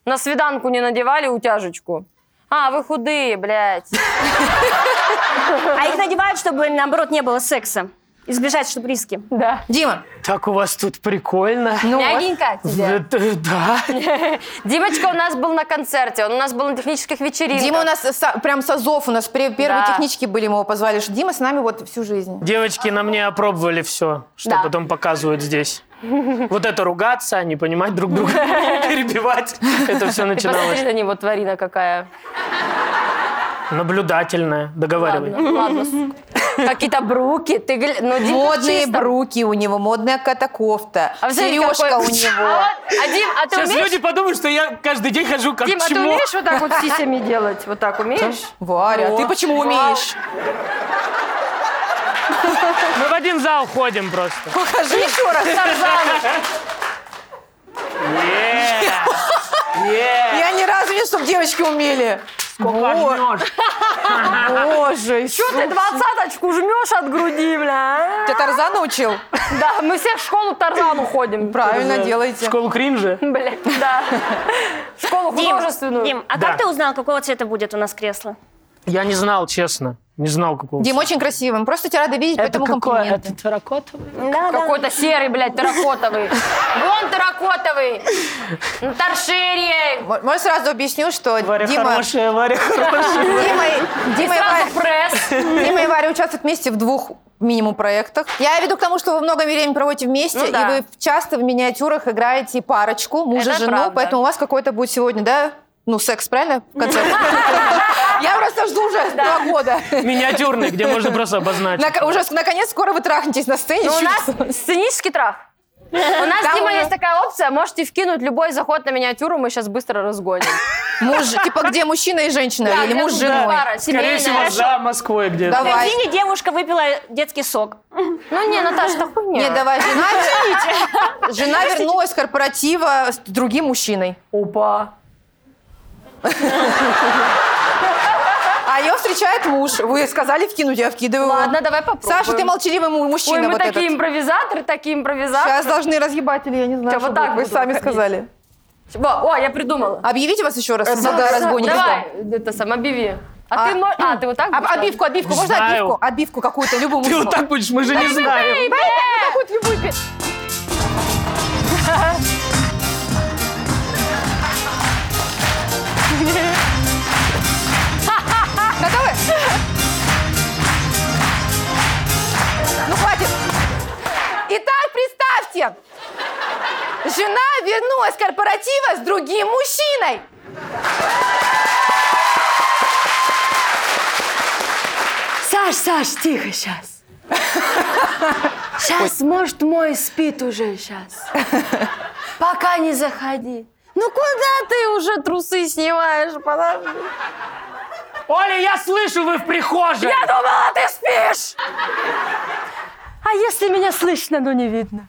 На свиданку не надевали утяжечку? А, вы худые, блядь.
А их надевают, чтобы, наоборот, не было секса. Избежать, чтобы риски.
Дима,
Так у вас тут прикольно.
ну вот.
Мягенько тебе.
Э, Да.
Димочка у нас был на концерте, он у нас был на технических вечеринках.
Дима у нас со- прям с Азов, у нас пре- первые
Да.
технички были, мы его позвали, что Дима с нами вот всю жизнь.
Девочки на мне опробовали все, что
Да.
потом показывают здесь. Вот это ругаться, не понимать друг друга, перебивать.
Ты
Это все
посмотри
начиналось.
на него, тварина какая.
Наблюдательное, договаривать.
Ладно, ладно, сука. Какие-то бруки. Ты, гля- ну, Димка в
Модные
чистом.
бруки у него, модная кота-кофта,
А вы знаете,
сережка
какой-
у него.
А, вот, а, Дим, а ты
Сейчас
умеешь?
люди подумают, что я каждый день хожу как
Дим, а ты
чмо.
умеешь вот так вот с сисями делать? Вот так умеешь?
Варя, а ты почему умеешь?
Мы в один зал ходим просто.
Покажи еще раз.
Е, е.
Я ни разу не, чтобы девочки умели.
Пожмёшь.
Боже,
Чё ты двадцаточку жмешь от груди, бля? а?
Ты Тарза научил?
Да, мы все в школу Тарзану ходим.
Правильно делаете.
Школу кринжа.
Блядь, да. Школу
Дим,
художественную.
Дим, а
Да.
как ты узнал, какого цвета будет у нас кресло?
Я не знал, честно. Не знал, какого.
Дим очень красивый, мы просто тебя рада видеть, поэтому комплименты.
Это терракотовый?
Да,
Какой-то серый, блядь, терракотовый. Вон терракотовый. На торшере.
М- Можно сразу объясню, что
Варя
Дима...
хорошая, Варя хорошая.
Дима и- Дима и Варя-
Сразу пресс.
Дима и Варя участвуют вместе в двух минимум проектах. Я веду к тому, что вы много времени проводите вместе,
Ну да.
и вы часто в миниатюрах играете парочку, мужа
Это
жену,
правда.
поэтому у вас какой-то будет сегодня, да? Ну, секс, правильно? В конце. Я просто жду уже два года.
Миниатюрный, где можно просто обозначить.
Нак- Уже, наконец, скоро вы трахнетесь на
Но
сцене.
Ну, у
Чуть-
нас сценический трав. У нас,
Там
Дима,
уже-
есть такая опция. Можете вкинуть любой заход на миниатюру, мы сейчас быстро разгоним.
Муж, типа, где мужчина и женщина, или
для
муж с женой.
пара,
Скорее
семейная.
всего, за Москвой где-то.
В
Давай.
магазине девушка выпила детский сок.
Ну не, Наташа, так хуйня.
Нет, давай, жена, жена вернулась с корпоратива с другим мужчиной.
Опа.
А ее встречает муж. Вы сказали вкинуть, я вкидываю.
Ладно, давай попробуем.
Саша, ты молчаливый му- мужчина
Ой, мы
вот
такие
этот.
импровизаторы, такие импровизаторы.
Сейчас должны разъебать, или я не знаю,
Я вот
что
так
будет. вы
буду
сами
выходить.
сказали.
Во, О, я придумала.
Объявите вас еще раз,
Ну,
да, разбойники.
Давай, это сам, объяви. А,
А,
ты, мо- а, ты вот так
Об-
будешь, да?
обивку, обивку,
Не
можно
знаю.
обивку? Обивку какую-то, любую
Ты
мужскую.
вот так будешь, мы же не знаем.
Готовы? Ну, хватит. Итак, представьте. Жена вернулась с корпоратива с другим мужчиной.
Саш, Саш, тихо сейчас. Сейчас, может, мой спит уже сейчас. Пока не заходи. Ну куда ты уже трусы снимаешь? Подожди.
Оля, я слышу, вы в прихожей.
Я думала, ты спишь! А если меня слышно, но не видно?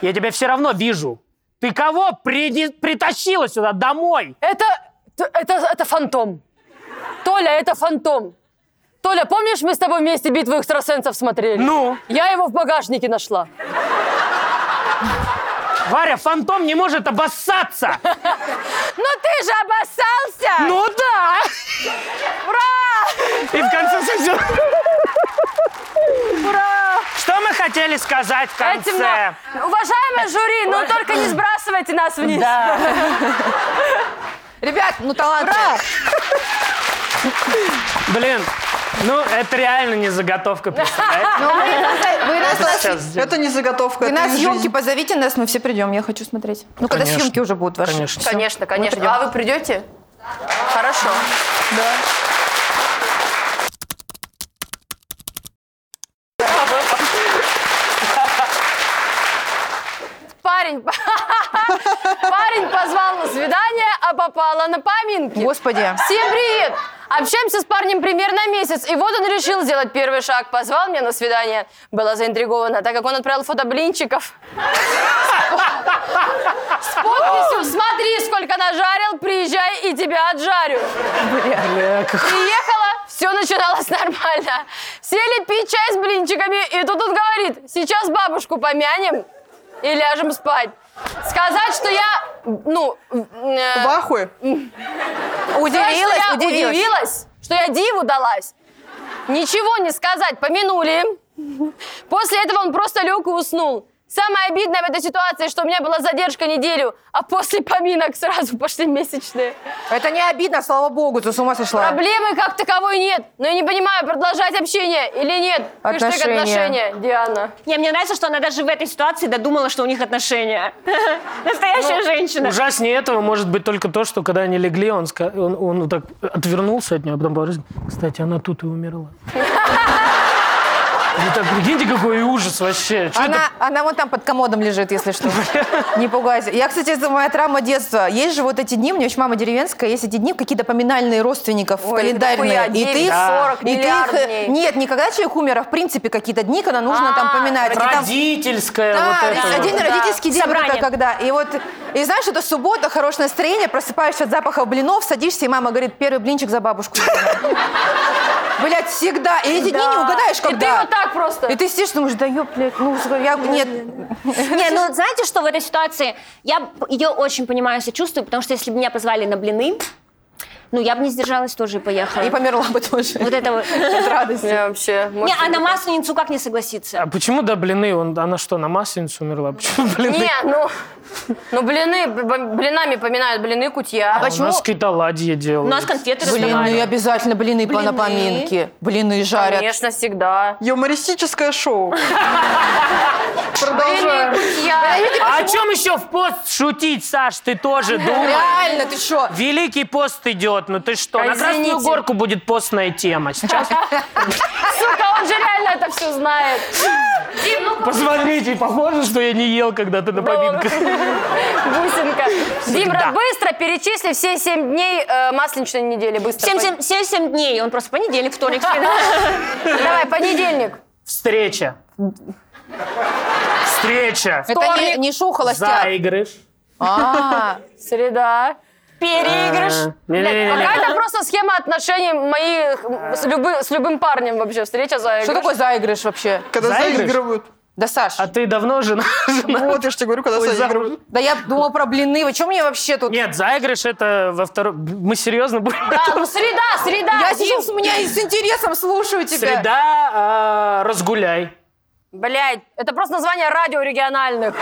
Я тебя все равно вижу. Ты кого приди- притащила сюда домой?
Это, это, это фантом. Толя, это фантом. Толя, помнишь, мы с тобой вместе битву экстрасенсов смотрели?
Ну?
Я его в багажнике нашла.
Варя, фантом не может обоссаться.
Ну ты же обоссался!
Ну да. Ура! И в конце все.
Ура!
Что мы хотели сказать в
Этим
конце?
на- Уважаемое жюри, но только не сбрасывайте нас вниз.
Ребят, ну талант.
Блин, ну это реально не заготовка, представляете?
Ну, вы нас- вы нас-
Сейчас сделаем.
Это не заготовка.
вы
это
на
не
съемки
жизнь.
позовите нас, мы все придем. Я хочу смотреть. Ну, когда
Конечно.
съемки уже будут ваши.
Конечно.
Конечно,
Мы придем.
конечно. А вы придете? Хорошо. Парень, парень позвал на свидание, а попала на поминки.
Господи.
Всем привет! Общаемся с парнем примерно месяц, и вот он решил сделать первый шаг. Позвал меня на свидание. Была заинтригована, так как он отправил фото блинчиков. С подписью «Смотри, сколько нажарил, приезжай и тебя отжарю». Приехала, все начиналось нормально. Сели пить чай с блинчиками, и тут он говорит, сейчас бабушку помянем и ляжем спать. Сказать, что я, ну, э,
В ахуе?
Удивилась,
Удивилась,
я
удивилась.
удивилась, что я диву далась. Ничего не сказать, помянули. После этого он просто лег и уснул. Самое обидное в этой ситуации, что у меня была задержка неделю, а после поминок сразу пошли месячные.
Это не обидно, слава богу, ты с ума сошла.
Проблемы как таковой нет, но я не понимаю, продолжать общение или нет. Хэштег
Отношения.
отношения, Диана.
Не, мне нравится, что она даже в этой ситуации додумала, что у них отношения.
Ну,
Настоящая женщина.
Ужаснее этого может быть только то, что когда они легли, он, ска- он, он вот так отвернулся от нее, а потом положил. Кстати, она тут и умерла. Ну так, прикиньте, какой ужас вообще. Чё это
Она, она вон там под комодом лежит, если что. Не пугайся. Я, кстати, это моя травма детства. Есть же вот эти дни, у меня еще мама деревенская, есть эти дни какие-то поминальные родственников
Ой, это
календарные.
дохуя,
ты их-
9-40
и ты
миллиард
их-
дней.
Нет, никогда человек умер, а в принципе какие-то дни, когда нужно там
А,
поминать. И там-
Родительская
Да,
вот это.
да,
вот.
А, один
Да.
родительский день
Собрание.
только когда. И вот, и знаешь, это суббота, хорошее настроение, просыпаешься от запаха блинов, садишься, и мама говорит, первый блинчик за бабушку. Блять, всегда. И эти дни не угадаешь,
И ты
когда.
вот так просто.
И ты сидишь, думаешь, да ёб, блядь, ну, я, нет,
Не, ну знаете, что в этой ситуации? Я ее очень понимаю, сочувствую, потому что если бы меня позвали на блины, ну я бы не сдержалась тоже и поехала.
и померла бы тоже.
Вот это вот.
От радости.
Я вообще,
Не,
может,
а на масленицу как не согласиться?
А почему до блины? Он, она что, на масленицу умерла? Почему блины? А
Не, ну, ну блины, б- блинами поминают блины кутья. Ну,
А У нас какие-то оладьи
У
делают.
нас конфеты
Блины,
раздавали.
ну обязательно блины, по- на
Блины.
поминке. Блины жарят.
Конечно, всегда.
Юмористическое шоу. Продолжаем.
А о чем еще в пост шутить, Саш? Ты тоже думай.
Реально, ты что?
Великий пост идет, ну ты что? На Красную
Извините.
Горку будет постная тема. Сейчас
Сука, он же реально это все знает. Дим, ну
посмотрите, похоже, что я не ел когда-то на поминках.
бусинка. Дим,
Всегда.
быстро перечисли все семь дней э, масленичной недели. Быстро.
7-7 дней, он просто понедельник, вторник,
А.
среда.
Давай, понедельник.
Встреча. Встреча.
Это не- не шоу холостяк.
Заигрыш.
А,
Среда.
Переигрыш.
Э, Не-не-не.
Пока это просто схема отношений моих м, с, любы- с любым парнем вообще. Встреча за
Что такое заигрыш вообще?
Когда
Заигрыш?
заигрывают.
Да, Саш.
А ты давно жена?
Вот, я же тебе говорю, когда
Ой,
заигрывают.
Да я думала про блины. Вы что мне вообще тут?
Нет, заигрыш это во втором... Мы серьезно будем?
Да, ну среда, среда.
Я
Дим.
сейчас у меня и с интересом слушаю тебя.
Среда, а, разгуляй.
Блядь, это просто название радио региональных.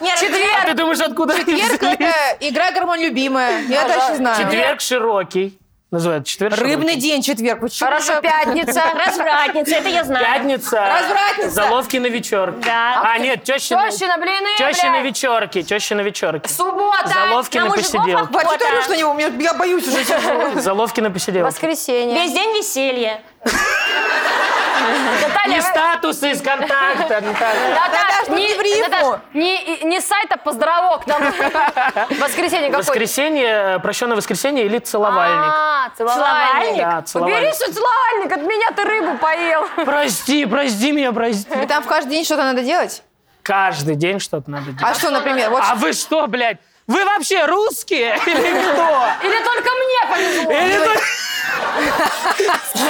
Не,
А ты думаешь, откуда они
Четверг
взялись?
это игра гормон любимая. Я точно знаю.
Четверг широкий. Называют четверг
Рыбный
широкий.
день, четверг. Почему?
Хорошо,
же-
пятница.
Развратница, это я знаю.
Пятница.
Развратница.
Заловки на вечерок.
Да.
А, нет, тещина.
Тещина, блины,
Тещины
блядь.
вечерки, тещины вечерки.
Суббота.
Заловки на
на мужиков
посиделки.
Ба, что ты орешь на него? Мне- Я боюсь уже.
Заловки на посиделки.
Воскресенье.
Весь день веселье.
И
Наталья, вы-
статусы из контакта. Наталья.
Наташ,
Наташ, ну не в рифму.
Наташ, не, не с сайта поздоровок, нам воскресенье какое
Воскресенье, прощенное воскресенье или целовальник.
А, целовальник.
Да, целовальник.
Убери свой целовальник, от меня ты рыбу поел.
Прости, прости меня, прости.
И там в каждый день что-то надо делать?
Каждый день что-то надо делать.
А что, например, вот
А вы что, блядь? Вы вообще русские или кто?
Или только мне повезло.
Или то-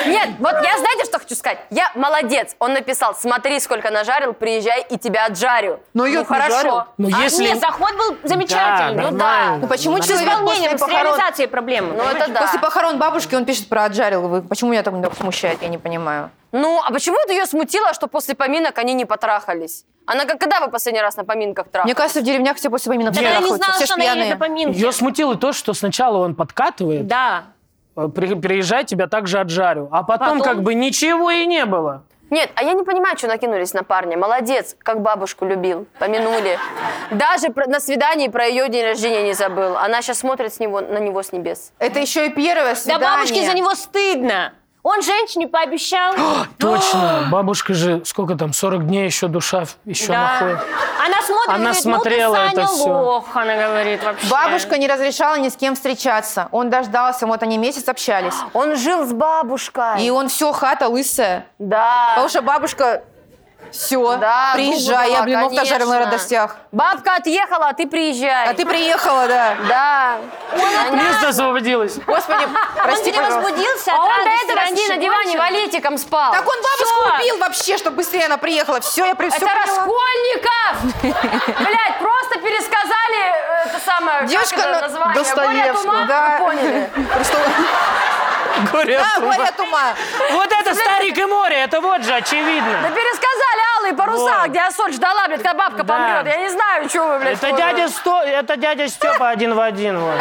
Нет, вот я знаете, что хочу сказать? Я молодец. Он написал, смотри, сколько нажарил, приезжай, и тебя отжарю. ну,
Но её-то нажарил.
хорошо.
Ну,
А,
если...
Нет, заход был замечательный.
Да,
ну
нормально.
да.
ну почему
С
человек после
исполнением, с
похорон...
реализацией проблемы.
Ну, это да.
После похорон бабушки он пишет про отжарил. Вы- Почему меня там так смущает, я не понимаю.
Ну, а почему это ее смутило, что после поминок они не потрахались? Она как когда вы последний раз на поминках
Мне
трахались?
кажется, в деревнях все после поминок
Она не
трахаются,
знала,
все
что
ж
она едет
пьяные.
на поминки.
Ее смутило то, что сначала он подкатывает,
Да.
э, при- приезжай, тебя также отжарю, а потом,
Потом?
как бы ничего и не было.
Нет, а я не понимаю, что накинулись на парня. Молодец, как бабушку любил. Помянули. Даже про- на свидании про ее день рождения не забыл. Она сейчас смотрит с него, на него с небес.
Это еще и первое
Да
свидание.
бабушке за него стыдно. Он женщине пообещал.
Точно, бабушка же, сколько там, 40 дней еще душа в- еще находит.
Она смотрит,
Она
и говорит, ну
смотрела
ты, Саня,
это всё. типа
лох, она говорит вообще.
Бабушка не разрешала ни с кем встречаться. Он дождался, вот они месяц общались.
Он жил с бабушкой.
И он все, хата лысая.
Да.
А Потому что бабушка, все,
Да,
приезжай,
губы
я
была,
блинов нажарил на
конечно.
радостях.
Бабка отъехала, а ты приезжай. а
А ты приехала, да.
Да.
Место освободилось.
Господи, прости,
Он не
пожалуйста.
возбудился,
А
от
он до этого с
радости
ней
раньше
на диване
кончил.
валетиком спал.
Так он бабушку
Всё.
убил вообще, чтобы быстрее она приехала. Все, я при все
Это Раскольников! Блять, просто пересказали э, это самое, как
Девушка,
это
ну,
название? «Горе от
Достоевского.
ума»,
Да.
вы поняли.
Горе от
Да,
ума.
горе от ума.
Вот это «Старик и море», это вот же,
Да
очевидно.
пересказали Алые паруса,
Вот.
где Ассоль ждала, блядь, когда бабка
Да.
помрет. Я не знаю, что вы, блядь.
Это
тоже.
дядя, Сто... это дядя Степа один в один. Вот.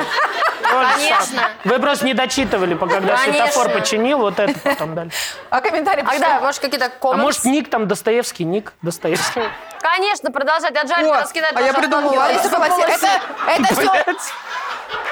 Вот
Конечно.
сам. Вы просто не дочитывали, по- когда
Конечно.
светофор починил, вот это потом дальше.
А комментарий
А да, может, какие-то
А
комнаты?
может, ник там Достоевский, ник Достоевский.
Конечно, продолжать отжарить,
О,
раскидать.
а я
пожалуйста,
придумала.
ангелов.
Лариса Полосенко. Это, это все...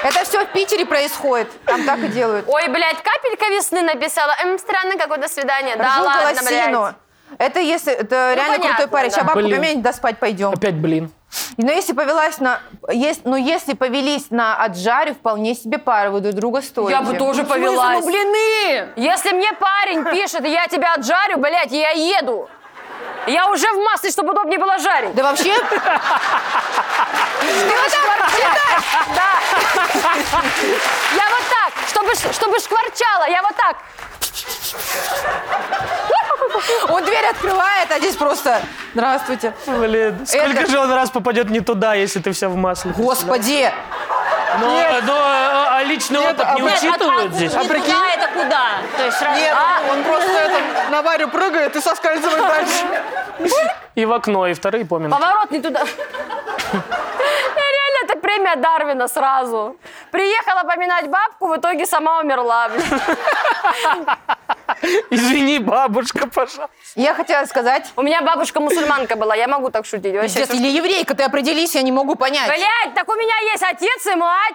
Это все в Питере происходит. Там так и делают.
Ой, блядь, капелька весны написала. Эм, странно, какое до свидания. Да
Ржу
ладно,
голосину.
блядь. Ну,
Это если... Это реально крутой
понятно,
парень. Сейчас
да.
бабку
Блин.
поменять, да спать пойдем.
Опять блин.
Но если повелась на... Есть, ну, если повелись на отжарю, вполне себе пара вы друг друга стоите.
Я бы тоже повелась.
ну, Блины!
Если мне парень пишет, я тебя отжарю, блядь, я еду. Я уже в масле, чтобы удобнее было жарить.
Да вообще...
Да. Я вот так, чтобы, ш- чтобы шкварчало, я вот так.
Он дверь открывает, а здесь просто... Здравствуйте.
Блин, сколько же он раз попадет не туда, если ты вся в масле.
Господи!
Но, но, а лично опыт не
Нет,
учитывают
а- а
здесь.
Не
прикинь?
туда, это куда? То есть раз-
Нет, ну,
А,
он просто это, на Варю прыгает и соскальзывает дальше.
И в окно, и вторые помнят.
Поворот не туда. Я реально, это премия Дарвина сразу. Приехала поминать бабку, в итоге сама умерла. блин.
Извини, бабушка, пожалуйста.
Я хотела сказать...
У меня бабушка мусульманка была, я могу так шутить. вообще.
Пиздец, или еврейка, ты определись, я не могу понять.
Блять, так у меня есть отец и мать.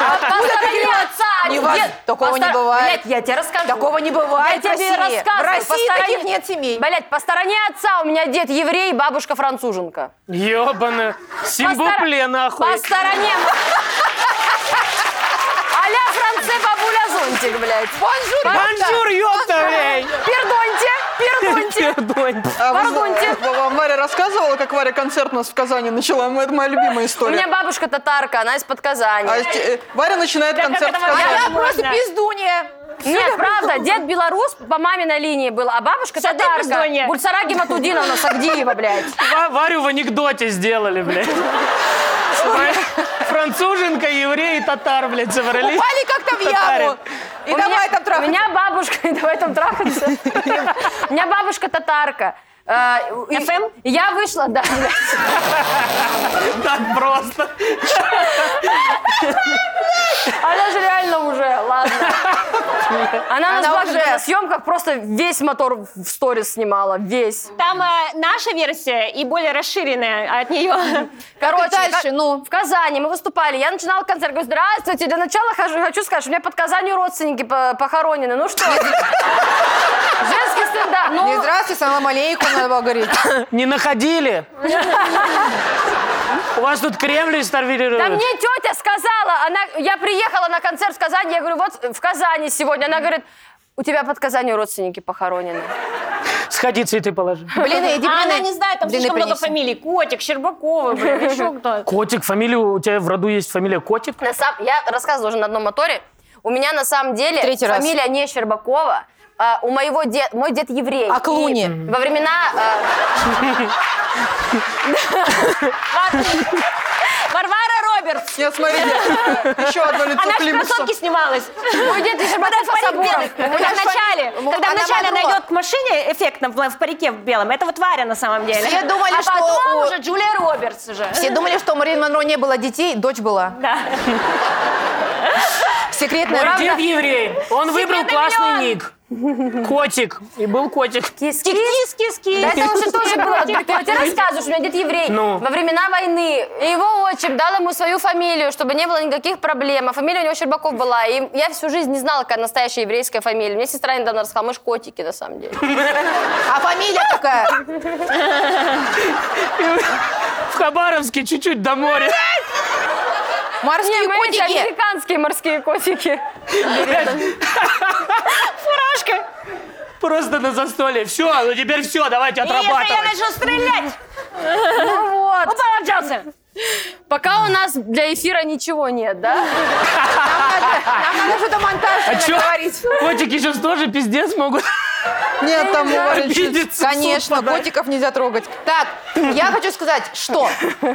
А По стороне отца.
Не вас-
дед-
такого
по
не
стор-
бывает.
Блядь, я тебе расскажу.
Такого не бывает
Я
в
тебе
России.
рассказываю.
В России
по
таких нет семей.
Блять, по стороне отца у меня дед еврей, бабушка француженка.
Ёбаная. Симбупле,
По
нахуй.
стороне. Аля франце бабуля зонтик, блядь. Бонжур.
Бонжур, ёпта, блядь.
Пердоньте, пердоньте.
Пердоньте.
А вы
Пардоньте.
зна- Вам Варя рассказывала, как Варя концерт у нас в Казани начала? М- Это моя любимая
У меня
история.
бабушка татарка, она из-под
А,
Казани.
э, Варя начинает концерт в
этого
Казани.
Варя?
А Я
Можно.
просто пиздунья.
Нет, правда, дед белорус по маминой линии был, а бабушка
Сады
татарка.
пиздонья.
Гульсараги Матудиновна Сагдиева, блядь.
Ва- Варю в анекдоте сделали, блядь. Фра- Француженка, еврей и татар, блядь, заварили.
Упали как-то в яму.
Татарин.
И
У меня-
давай там
У
трахаться.
меня бабушка, давай там трахаться. У меня бабушка татарка. Э, и-
эм?
FM?
и Я вышла, да. блядь.
Так просто.
Она же реально уже, ладно. Она,
Она
нас благо
уже.
на съемках просто весь мотор в сторис снимала, весь.
Там э, наша версия и более расширенная от нее.
Короче,
дальше,
ка-
ну.
в Казани мы выступали. Я начинала концерт, говорю, здравствуйте. Для начала хожу- хочу сказать, что у меня под Казанью родственники по- похоронены. Ну что? Женский стендап. Ну,
Не здравствуйте, салам алейкум, надо было говорить.
Не находили? У вас тут Кремль реставрируют.
Да мне тетя сказала, она, я приехала на концерт в Казань, я говорю, вот в Казани сегодня. Она говорит, у тебя под Казанью родственники похоронены.
Сходи цветы положи.
Блин, иди
А она
блины.
не знает, там
Блины
слишком много
принеси.
фамилий. Котик, Щербакова, блин, еще кто.
Котик, фамилию, у тебя в роду есть фамилия Котик?
На сам- Я рассказывала уже на одном моторе. У меня на самом деле
Третий раз.
фамилия не Щербакова. а у моего дед, мой дед еврей.
А Клуни?
И Во времена... а,
Варвара Робертс.
Нет, смотрите, еще одно лицо
Она же в
Климакса.
красотке снималась.
мой дед и Щербаков
Парик
Соборов.
белый. Когда в начале, когда в
она
начале она
модела.
идет к машине эффектно в в парике в белом, это вот Варя на самом деле.
Все думали,
а
что
потом
у-
уже Джулия Робертс уже.
Все думали, что у Марин Монро не было детей, дочь была.
Да.
Секретная правда.
Дед еврей. Он выбрал
Секретный
классный ник. Котик. И был котик.
Кис-кис, кис-кис.
Да это уже тоже было. Ты ты рассказываешь, у меня дед еврей.
Ну.
Во времена войны его отчим дал ему свою фамилию, чтобы не было никаких проблем. А фамилия у него Щербаков была. И я всю жизнь не знала, какая настоящая еврейская фамилия. Мне сестра недавно рассказала, мы ж котики на самом деле.
А фамилия какая?
В Хабаровске чуть-чуть до моря.
Морские
Не, мы эти
котики.
американские морские котики.
Фуражка.
Просто на застолье. Все, ну теперь все, давайте
И если я
отрабатывать.
начну стрелять,
Вот.
упала Джонсон.
Пока у нас для эфира ничего нет, да?
А Нам надо что-то монтаж
А чё?
говорить.
Котики сейчас тоже пиздец могут
Нет, там Варя чуть-
обидеться.
Конечно, котиков нельзя трогать. Так, я хочу сказать, что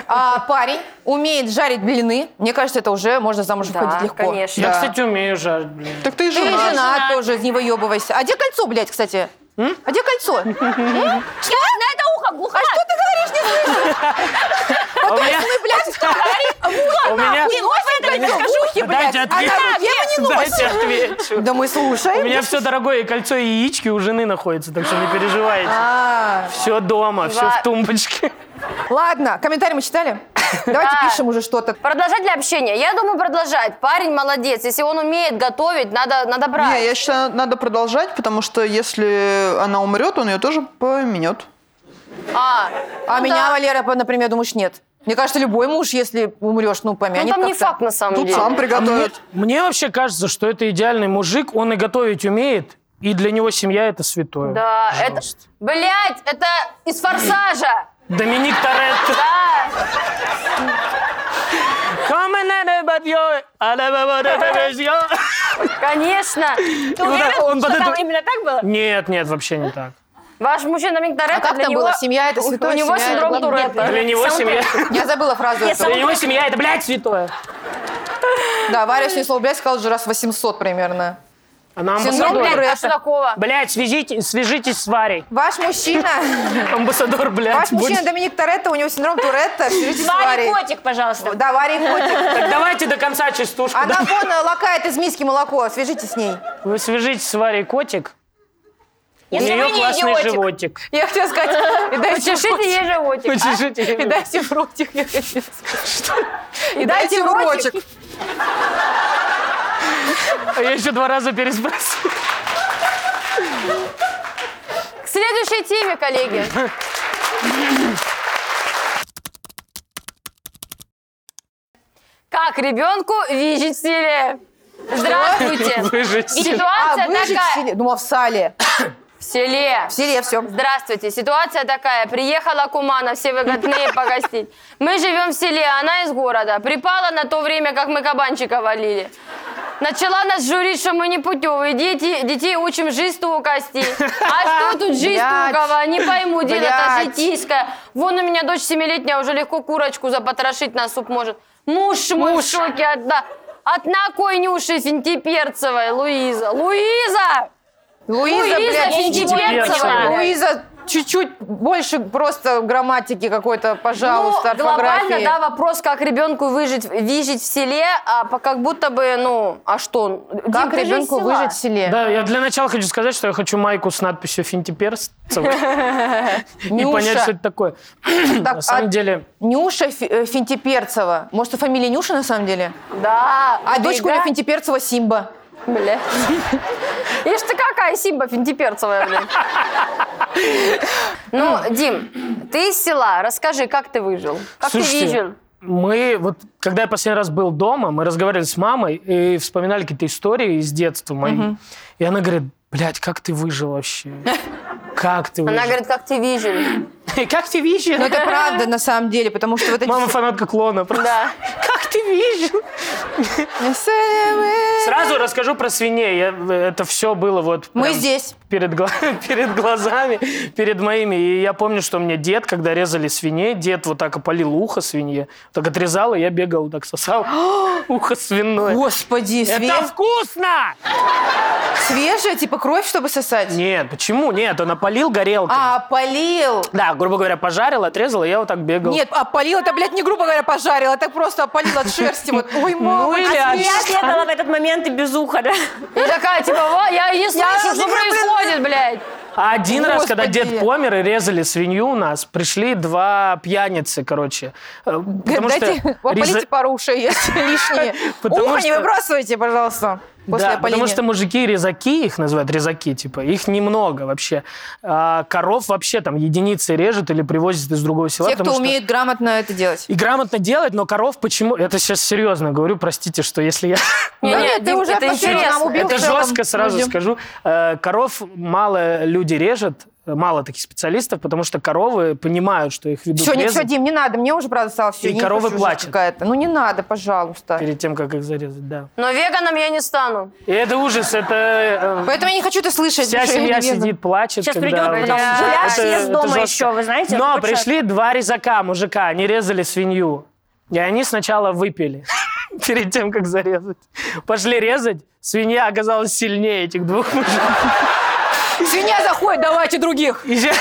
а, парень умеет жарить блины. Мне кажется, это уже можно замуж выходить легко.
конечно.
Я, кстати, умею жарить, блин.
Ну,
Так ты и
Ты
жена.
жена тоже, не выебывайся. А где кольцо, блядь, кстати? А где кольцо?
Что? На это ухо глухо.
А что ты говоришь, не слышу?
А у
То
меня-
есть мы, блядь, что говорим?
у меня...
Не, ой, это не скажу.
ухи, блядь. А
Дайте ответ.
Она не
Дайте
носит.
отвечу.
Да мы слушаем.
У меня все дорогое кольцо и яички у жены находится, так что не переживайте.
А.
Все дома, все
Ва-
в тумбочке.
Ладно, комментарии мы читали? Давайте
Да.
пишем уже что-то.
Продолжать для общения? Я думаю, продолжать. Парень молодец. Если он умеет готовить, надо, надо брать.
Не, я считаю, надо продолжать, потому что если она умрет, он ее тоже поменет.
А,
А
ну
меня,
да.
Валера, по- например, думаешь, нет. Мне кажется, любой муж, если умрешь, ну,
Ну,
помянет
там не
как-то.
факт на самом
Тут
деле.
сам приготовит.
Мне вообще кажется, что это идеальный мужик, он и готовить умеет, и для него семья это святое.
Да, это... Блять, это из «Форсажа».
Доминик Торетто.
Да.
Come and let it but you- I never wanted to miss you.
Конечно.
Ты
вот
уверен,
так, он под
что там
эту-
именно так было?
Нет, нет, вообще не так.
Ваш мужчина Мигдаретто,
А как
для
там
него...
было? Семья это
у-
святое,
У него
семья это
синдром
благо.
Туретта.
Для него семья...
Я забыла фразу эту.
Для него семья это, блядь, святое.
Да, Варя снесла, блядь, сказала уже раз 800 примерно.
Она
Синдром
Ну,
амбассадор.
блядь,
Туретта.
а что такого?
Блядь, свяжите- свяжитесь с Варей.
Ваш мужчина,
Амбассадор, блядь.
ваш мужчина
будет.
Доминик Торетто, у него синдром Туретто. Свяжитесь с
Варя
Варей.
котик, пожалуйста.
Да, Варя и котик.
Так давайте до конца частушку.
Она
да.
вон э, лакает из миски молоко, свяжитесь с ней.
Вы свяжитесь с Варей котик.
Если
у
вы
нее
не
классный
идиотик.
животик.
Я хотела сказать, и дайте
Чешите ей животик.
Почешите его.
дайте в ротик, я хотела сказать. И дайте в ротик.
А я еще два раза переспросил.
К следующей теме, коллеги. Как ребенку видеть в селе? Здравствуйте.
Выжить.
А,
Ситуация
выжить в
такая.
селе? Думала, в сале.
В селе.
В селе все.
Здравствуйте, ситуация такая. Приехала Кумана, все выгодные погостить. Мы живем в селе, а она из города. Припала на то время, как мы кабанчика валили. Начала нас журить, что мы не путевые. Дети, детей учим жизнь кости. А что тут жизнь
Блядь.
тукова? Не пойму, дело то
Блядь.
житейское. Вон у меня дочь семилетняя, уже легко курочку запотрошить на суп может. Муж мой в шоке от, да, от накой Нюши Финтиперцевой, Луиза. Луиза!
Луиза,
Луиза
блядь,
Финтиперцева!
Луиза.
Луиза чуть-чуть больше просто грамматики какой-то, пожалуйста,
ну,
орфографии.
глобально, да, вопрос, как ребенку выжить, выжить в селе, а по- как будто бы, ну, а что? Дим,
Как
ты же из
ребенку
села.
выжить в селе?
Да, я для начала хочу сказать, что я хочу майку с надписью «Финтиперцев». И
Нюша.
понять, что это такое.
Так,
На самом
а
деле,
Нюша Фи- э, Финтиперцева. Может, и фамилия Нюша на самом деле?
Да.
А дочка у
да.
нее Финтиперцева Симба.
Бля. Ишь ты какая Симба финтиперцевая, блин. Ну, Дим, ты из села. Расскажи, как ты выжил? Как
Слушайте,
ты выжил?
Мы вот, когда я последний раз был дома, мы разговаривали с мамой и вспоминали какие-то истории из детства мои. И она говорит, блядь, как ты выжил вообще? Как ты выжил?
Она говорит, как ты выжил?
как ты видишь?
Ну, это правда, на самом деле, потому что вот эти...
Мама фанатка клона.
Да.
Как ты видел?
Э,
Сразу расскажу про свиней. Я- э, это все было вот...
Мы
прям
здесь.
Перед, гла- перед глазами, перед моими. И я помню, что мне дед, когда резали свиней, дед вот так опалил ухо свинье. Так отрезал, и я бегал, так сосал. ухо свиное.
Господи, све-
Это вкусно!
свежая, типа кровь, чтобы сосать?
Нет, почему? Нет, он опалил горелкой.
А, опалил.
Да, грубо говоря, пожарил, отрезал, и я вот так бегал.
Нет, опалил, это, блядь, не грубо говоря, пожарил, это просто опалил от шерсти. Вот, ой, мама,
Ну или
отсвет-
И А я бегала в этот момент и без уха, да?
И такая, типа, «Во, я и не слышу, что происходит, блядь.
А один раз, когда
Господи.
дед помер и резали свинью у нас, пришли два пьяницы, короче. Э, Потому
Дайте, опалите
реза-
пару ушей, если лишние.
Потому
Ухо не
что-
выбрасывайте, пожалуйста, после
Да,
опаления.
потому что мужики резаки, их называют резаки, типа, их немного вообще. А коров вообще там единицы режут или привозят из другого села.
Те,
потому
кто
что-
умеет грамотно это делать.
И грамотно делать, но коров почему... Это сейчас серьезно говорю, простите, что если я...
Не,
Да
не,
нет, ты
Дим,
уже
это
последний
интересно.
нам убил
Это
в целом.
жестко, сразу
Подожди.
скажу. Э, Коров мало люди режут, мало таких специалистов, потому что коровы понимают, что их ведут
Все, не все,
резать
Дим, не надо, мне уже правда стало все.
И коровы плачут.
Какая-то. Ну не надо, пожалуйста.
перед тем, как их зарезать, да.
Но веганом я не стану.
И это ужас, это... э,
Поэтому я не хочу это слышать.
Вся
потому что я
семья
не вега.
сидит, плачет.
Сейчас
когда
придет,
вот
блядь,
там-
гуляш
Это-
съест
это
дома
жестко.
еще, вы знаете,
Но
вот сейчас.
пришли два резака, мужика, они резали свинью. И они сначала выпили перед тем, как зарезать. Пошли резать, свинья оказалась сильнее этих двух мужиков.
Свинья заходит, давайте других.
И сейчас-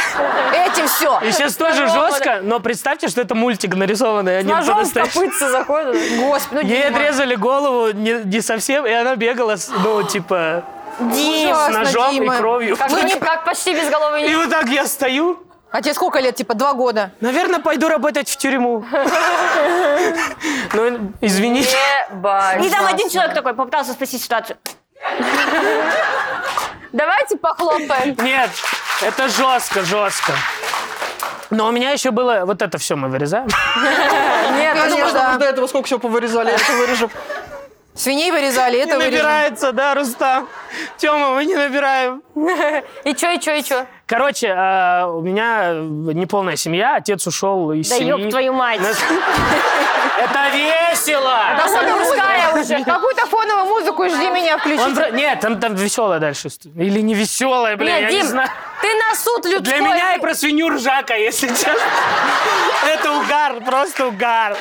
Этим все.
И сейчас тоже жестко, но представьте, что это мультик нарисованный, они
Ножом в
по-настоящему.
копытце заходит.
Господи, ну,
Ей
Дима,
отрезали голову не, не совсем, и она бегала, с- ну, типа, с
ужасно,
ножом
Дима.
и кровью.
Как, как почти без головы
И
не...
вот так я стою,
А тебе сколько лет? Типа два года.
наверное, пойду работать в тюрьму. Ну, извините.
Ебать.
И там один человек такой попытался спасти ситуацию.
Давайте похлопаем.
Нет, это жестко, жестко. Но у меня еще было... Вот это все мы вырезаем.
Нет,
Я думаю, что
да.
мы до этого сколько всего повырезали, я это вырежу.
Свиней вырезали,
Не
это вырезали.
набирается, да, Рустам? Тема, мы не набираем.
И чё, и чё, и чё?
Короче, э, у меня неполная семья, отец ушел из
Да
семьи.
ёб твою мать.
Это весело!
Мужская уже.
Какую-то фоновую музыку и жди меня включить.
Он про- Нет, там, там веселая дальше. ст- Или не веселая, блин,
Нет,
я не
Дим,
знаю.
ты на суд людской.
Для меня и про свинью ржака, если честно. Это угар, просто угар.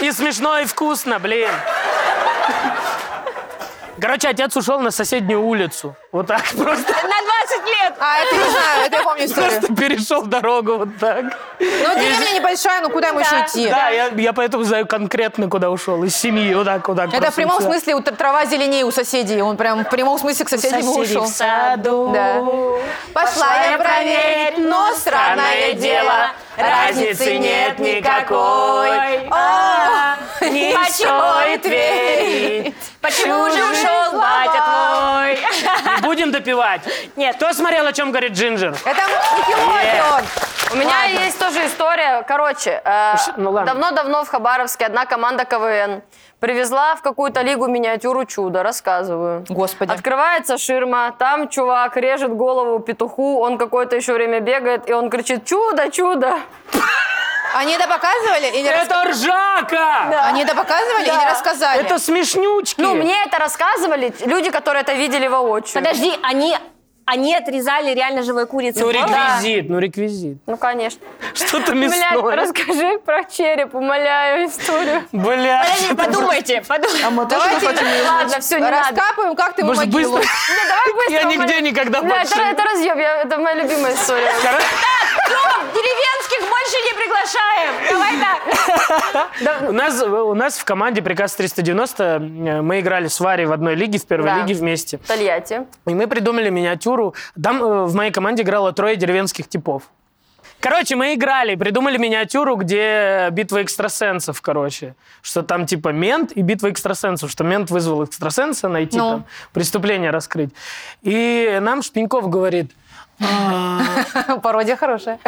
И смешно, и вкусно, блин. Короче, отец ушел на соседнюю улицу. Вот так просто,
На 20 лет!
А, это я знаю, это я помню историю.
просто перешел дорогу вот так.
Но деревня небольшая, ну куда ему еще идти?
Да, я, я поэтому знаю конкретно, куда ушел. Из семьи, вот так, вот так.
Это
просто
в прямом
ушел.
смысле у тр- трава зеленее у соседей. Он прям в прямом смысле к соседям и
Соседей
ушел.
в саду.
Да. Пошла я проверить, но сраное дело, разницы нет никакой. О,
а,
не стоит верить.
Почему же ушел батя твой?
Не будем допивать.
Нет.
Кто смотрел, о чем говорит Джинджер?
Это Никелодеон.
У меня есть тоже история. Короче, э,
Ш- ну ладно.
давно-давно в Хабаровске одна команда КВН привезла в какую-то лигу миниатюру чудо. Рассказываю.
Господи.
Открывается ширма, там чувак режет голову петуху, он какое-то еще время бегает, и он кричит «Чудо, чудо!»
Они А. это показывали или рас-
Это ржака!
Они это показывали или рассказали?
Это смешнючки!
Ну, мне это рассказывали люди, которые это видели воочию.
Подожди, они, они отрезали реально живой курицы.
Ну,
в голову?
реквизит, ну, реквизит.
Ну, конечно.
Что-то
Блядь,
мясное.
расскажи про череп, умоляю, историю.
Блядь.
Подожди, подумайте, подумайте.
А мы тоже
Давайте
хотим ее
Ладно, все, не надо.
Раскапываем, как ты его
Может,
могилу.
быстро?
Да, давай быстро.
Я нигде
умоляю.
никогда
Бля, это,
больше.
это разъеб, я- это моя любимая история.
Деревенских больше не приглашаем. Давай так.
У нас, у нас в команде «Приказ 390» э, мы играли с Варей в одной лиге, в первой
Да.
лиге вместе.
Тольятти.
И мы придумали миниатюру. Там э, в моей команде играло трое деревенских типов. Короче, мы играли, придумали миниатюру, где битва экстрасенсов, короче. Что там типа мент и битва экстрасенсов, что мент вызвал экстрасенса найти,
Ну.
там, преступление раскрыть. И нам Шпеньков говорит, «А,
Пародия хорошая.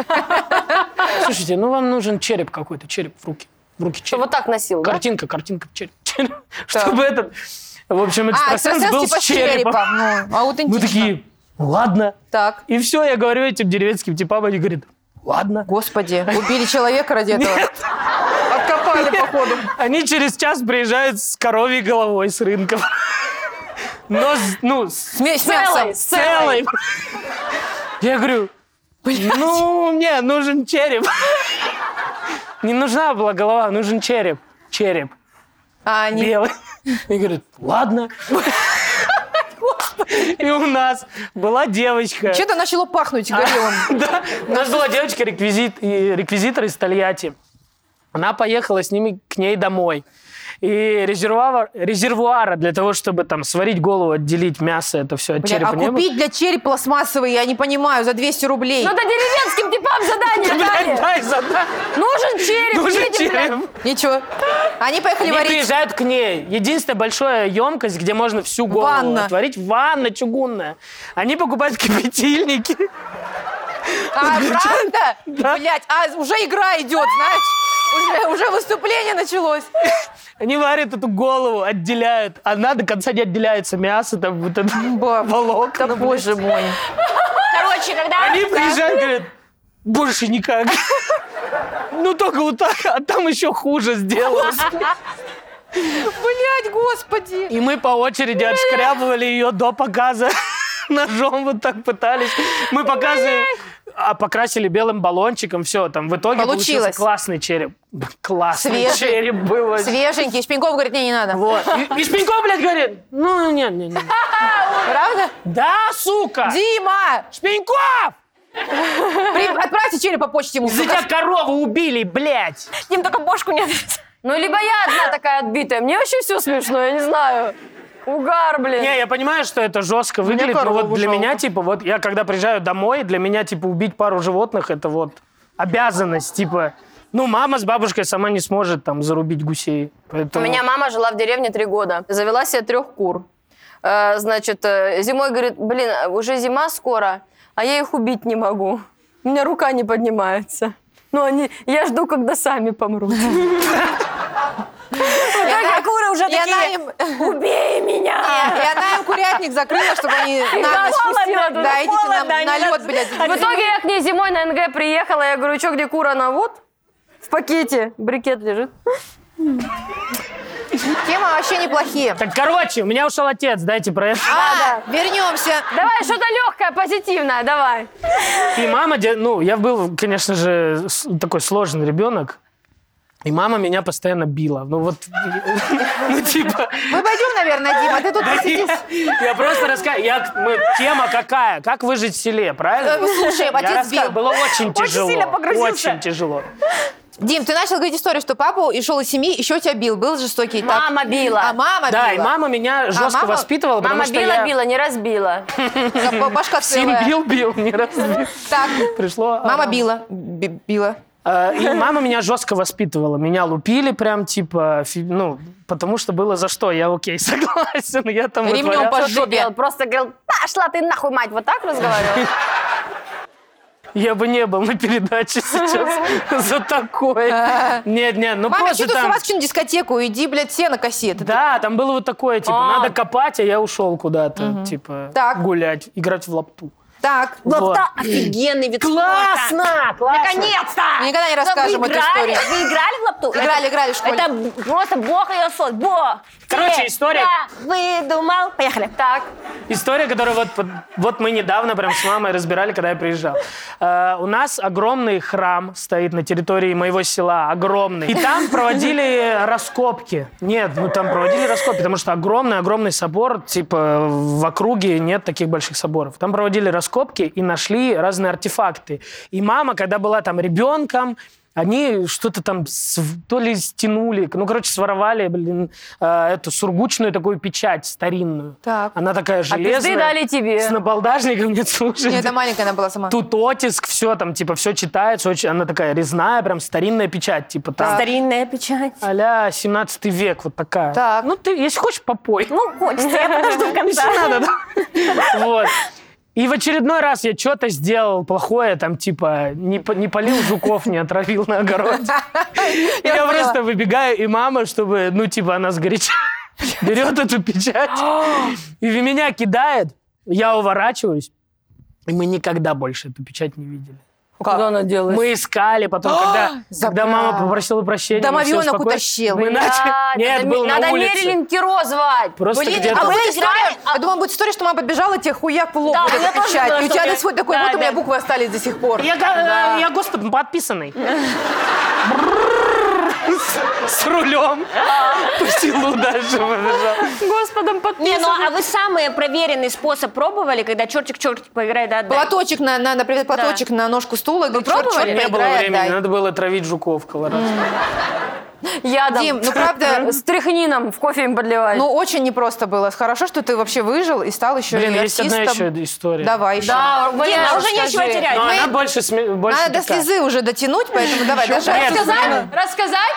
слушайте, ну вам нужен череп какой-то, череп в руки. В руки череп.
Вот так носил, да?
Картинка, картинка, череп. череп. Чтобы этот, в общем,
А,
экстрасенс
экстрасенс
был
типа
с черепом.
Ну,
Мы
аутентично.
такие, ладно.
Так.
И все, я говорю этим деревенским типам, они говорят, ладно.
Господи, убили человека ради этого.
Откопали, походу.
Они через час приезжают с коровьей головой с рынка. Но, с- ну, с
С мя- с мясом.
целой. Я говорю, ну, мне нужен череп. Не нужна была голова, нужен череп. Череп.
А они...
Белый. И говорит, ладно. И у нас была девочка.
Что-то начало пахнуть горелым.
Да, у нас была девочка реквизит, и- реквизитор из Тольятти. Она поехала с ними к ней домой. И резервуара, резервуара для того, чтобы там сварить голову, отделить мясо, это все от
Бля,
черепа
а
не было.
купить для череп пластмассовый, я не понимаю, за 200 рублей.
Ну да деревенским типам задание
Блядь,
дали.
дай задай.
Нужен череп,
Нужен
едем,
череп.
блядь.
Ничего. Они поехали
Они
варить.
приезжают к ней. Единственная большая емкость, где можно всю голову
Ванна.
отварить. Ванна чугунная. Они покупают кипятильники.
А, правда?
Да.
Блять, а уже игра идет, знаешь? Уже, уже выступление началось.
Они варят эту голову, отделяют. Она до конца не отделяется. Мясо там вот это волокна.
Да боже мой.
Короче, когда...
Они приезжают и говорят, больше никак. Ну, только вот так, а там еще хуже сделалось.
Блять, господи.
И мы по очереди отшкрябывали ее до показа. Ножом вот так пытались. Мы показывали, а покрасили белым баллончиком, все, там в итоге
Получилось.
получился классный череп. Классный
Свежий.
череп был. вообще.
Свеженький. Шпеньков говорит, не, не надо.
Вот. И, и Шпеньков, блядь, говорит, ну, нет, нет, нет.
Правда?
Да, сука!
Дима,
Шпеньков!
при- отправьте череп по почте ему.
Из-за тебя корову убили, блядь!
Им только бошку не
Ну, либо я одна такая отбитая. Мне вообще все смешно, я не знаю. Угар, блин.
Не, я понимаю, что это жестко выглядит, но вот
корову
для
жалко.
меня, типа, вот я когда приезжаю домой, для меня, типа, убить пару животных, это вот обязанность, типа, ну, мама с бабушкой сама не сможет там зарубить гусей.
У
Поэтому...
меня мама жила в деревне три года. Завела себе трех кур. Э, Значит, э, зимой говорит, блин, э, уже зима скоро, а я их убить не могу. У меня рука не поднимается. Ну, они, я жду, когда сами помрут.
куры уже И она им,
Убей меня!
и она им курятник закрыла, чтобы они на ночь
холодно,
спустила.
тут
Да, идите на,
холодно, они
на лед,
нас-
блядь.
В итоге я к ней зимой на НГ приехала, я говорю, что где кура? Она вот в пакете, брикет лежит.
Темы вообще неплохие.
Так, короче, у меня ушел отец, дайте про это.
А, вернемся.
Давай, что-то легкое, позитивное,
А
давай.
И мама, де- ну, я был, конечно же, с- такой сложный ребенок. И мама меня постоянно била. Ну вот, ну типа,
Мы пойдем, наверное, Дима, а ты тут посиди.
я просто рассказываю, тема какая? Как выжить в селе, правильно?
Э, Слушай,
Я
отец
рассказываю,
бил.
было очень тяжело.
сильно погрузился.
Очень тяжело.
Дим, ты начал говорить историю, что папа ушел из семьи, еще тебя бил, был жестокий. так.
Мама била.
А мама
Да, и
била. А
мама меня жестко
мама-
воспитывала, потому
Мама
что я
била-била, не разбила.
Да, б- Башка целая.
сим бил, бил, не раз бил.
Так,
пришло.
мама
а,
била. Б- Била.
а, И мама меня жестко воспитывала, меня лупили прям типа, фи- ну потому что было за что, я окей, согласен, я там
Ремнем
вытворял.
по
Что ты
жопе.
делал? Просто говорил, пошла ты нахуй, мать, вот так разговаривал?
Я бы не был на передаче сейчас за
А.
такое. Нет, нет, ну
Мама,
просто
что ты у
там.
вас на дискотеку? Иди, блядь, сено коси. Ты-
Да, там было вот такое, типа,
А.
надо копать, а я ушел куда-то, типа,
Так.
гулять, играть в лапту.
Так,
Вот.
Ну, а Офигенный вид
Классно, классно.
Наконец-то!
Мы никогда не
Да вы
расскажем эту
играли?
историю.
Вы играли в лапту?
Играли, играли в школе.
Это б- просто бог ее создал. Бог!
Короче,
Ты
история.
да выдумал. Поехали. Так.
История, которую вот, под- вот мы недавно прям с мамой разбирали, когда я приезжал. Э, у нас огромный храм стоит на территории моего села, огромный. И там проводили раскопки. Нет, ну там проводили раскопки, потому что огромный-огромный собор, типа в округе нет таких больших соборов. Там проводили раскопки и нашли разные артефакты. И мама, когда была там ребенком, Они что-то там св- то ли стянули, ну, короче, своровали, блин, э, эту сургучную такую печать старинную.
Так.
Она такая
А пизды
железная.
дали тебе.
с набалдажником, нет, слушай.
Нет, это маленькая она была сама.
Тут оттиск, все там, типа, все читается, очень, она такая резная, прям старинная печать, типа, там,
Старинная печать.
а-ля 17 век, вот такая.
Так.
Ну, ты, если хочешь, попой.
Ну, хочется, я подожду конца.
Вот. И в очередной раз я что-то сделал плохое, там, типа, не, по- не полил жуков, не отравил на огороде. И я
поняла.
просто выбегаю, и мама, чтобы, ну, типа, она сгоряча, берет эту печать и в меня кидает. Я уворачиваюсь, и мы никогда больше эту печать не видели.
Куда она делась?
Ну, Мы искали потом, когда, когда мама
забрал.
попросила прощения. мы все
Домовенок
успокоились.
утащил.
Мы начали-
А,
Нет,
надо,
был на
надо
улице.
Мерлин Киро звать.
Просто
Блин,
где-то-
а
вы
была
не
история,
знали?
я думала, будет история, что мама подбежала, тебе хуяк в лоб
Да,
вот
у меня
эта
тоже
печать.
была
И у тебя
такая.
до сих пор такой,
Да,
вот у меня
да.
буквы остались до сих пор.
Я, га- э, я господом подписанный. С рулем. По селу дальше побежал.
Господом
Не, ну
подписан.
а вы самый проверенный способ пробовали, когда чертик чертик поиграй, да, отдай?
Платочек на, на, например, платочек на ножку стула. Вы
пробовали?
Не было времени, надо было травить жуков колорадских.
а, Ядом.
Дим, ну правда,
С трихнином в кофе им подливать.
ну очень непросто было. Хорошо, что ты вообще выжил и стал еще
Блин,
и
есть одна
артистом.
еще история.
Давай еще.
да,
Дим,
блин,
а
а
уже нечего
скажи.
терять.
Но
Мы-
она больше сме- больше
Надо до
такая.
слезы уже дотянуть, поэтому давай, дожать.
Нет,
Рассказать? Рассказать?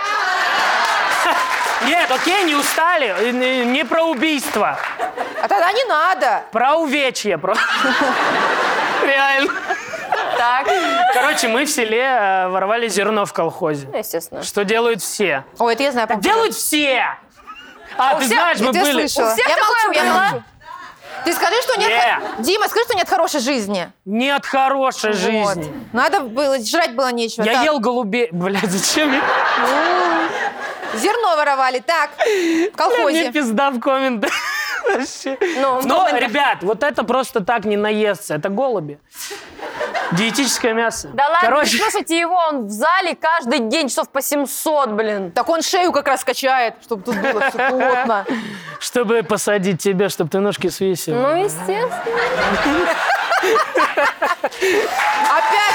Нет, окей, не устали. Э, Не не про убийство.
А тогда не надо.
Про увечье просто. Реально.
Так, ну,
Короче, мы в селе э, воровали зерно в колхозе.
естественно.
Что делают все?
О, это я знаю.
Так делают все! А, ты
всех-
знаешь, мы
И ты
были...
слышала.
У всех
я
такое
молчу, я
было?
молчу. Ты скажи, что нет...
Не.
Дима, скажи, что нет хорошей жизни.
Нет хорошей
Вот.
жизни.
Надо было, жрать было нечего.
Я
Так,
ел голубей... Блядь, зачем я...
Зерно воровали, так, в
Мне
колхозе.
пизда в комментах. Вообще.
Ну, в
Но,
комментах.
ребят, вот это просто так не наестся. Это голуби. Диетическое мясо.
Да ладно,
Короче,
не слушайте его, он в зале каждый день часов по 700, блин.
Так он шею как раз качает, чтобы тут было все плотно.
чтобы посадить тебя, чтобы ты ножки свесил.
Ну, естественно.
Опять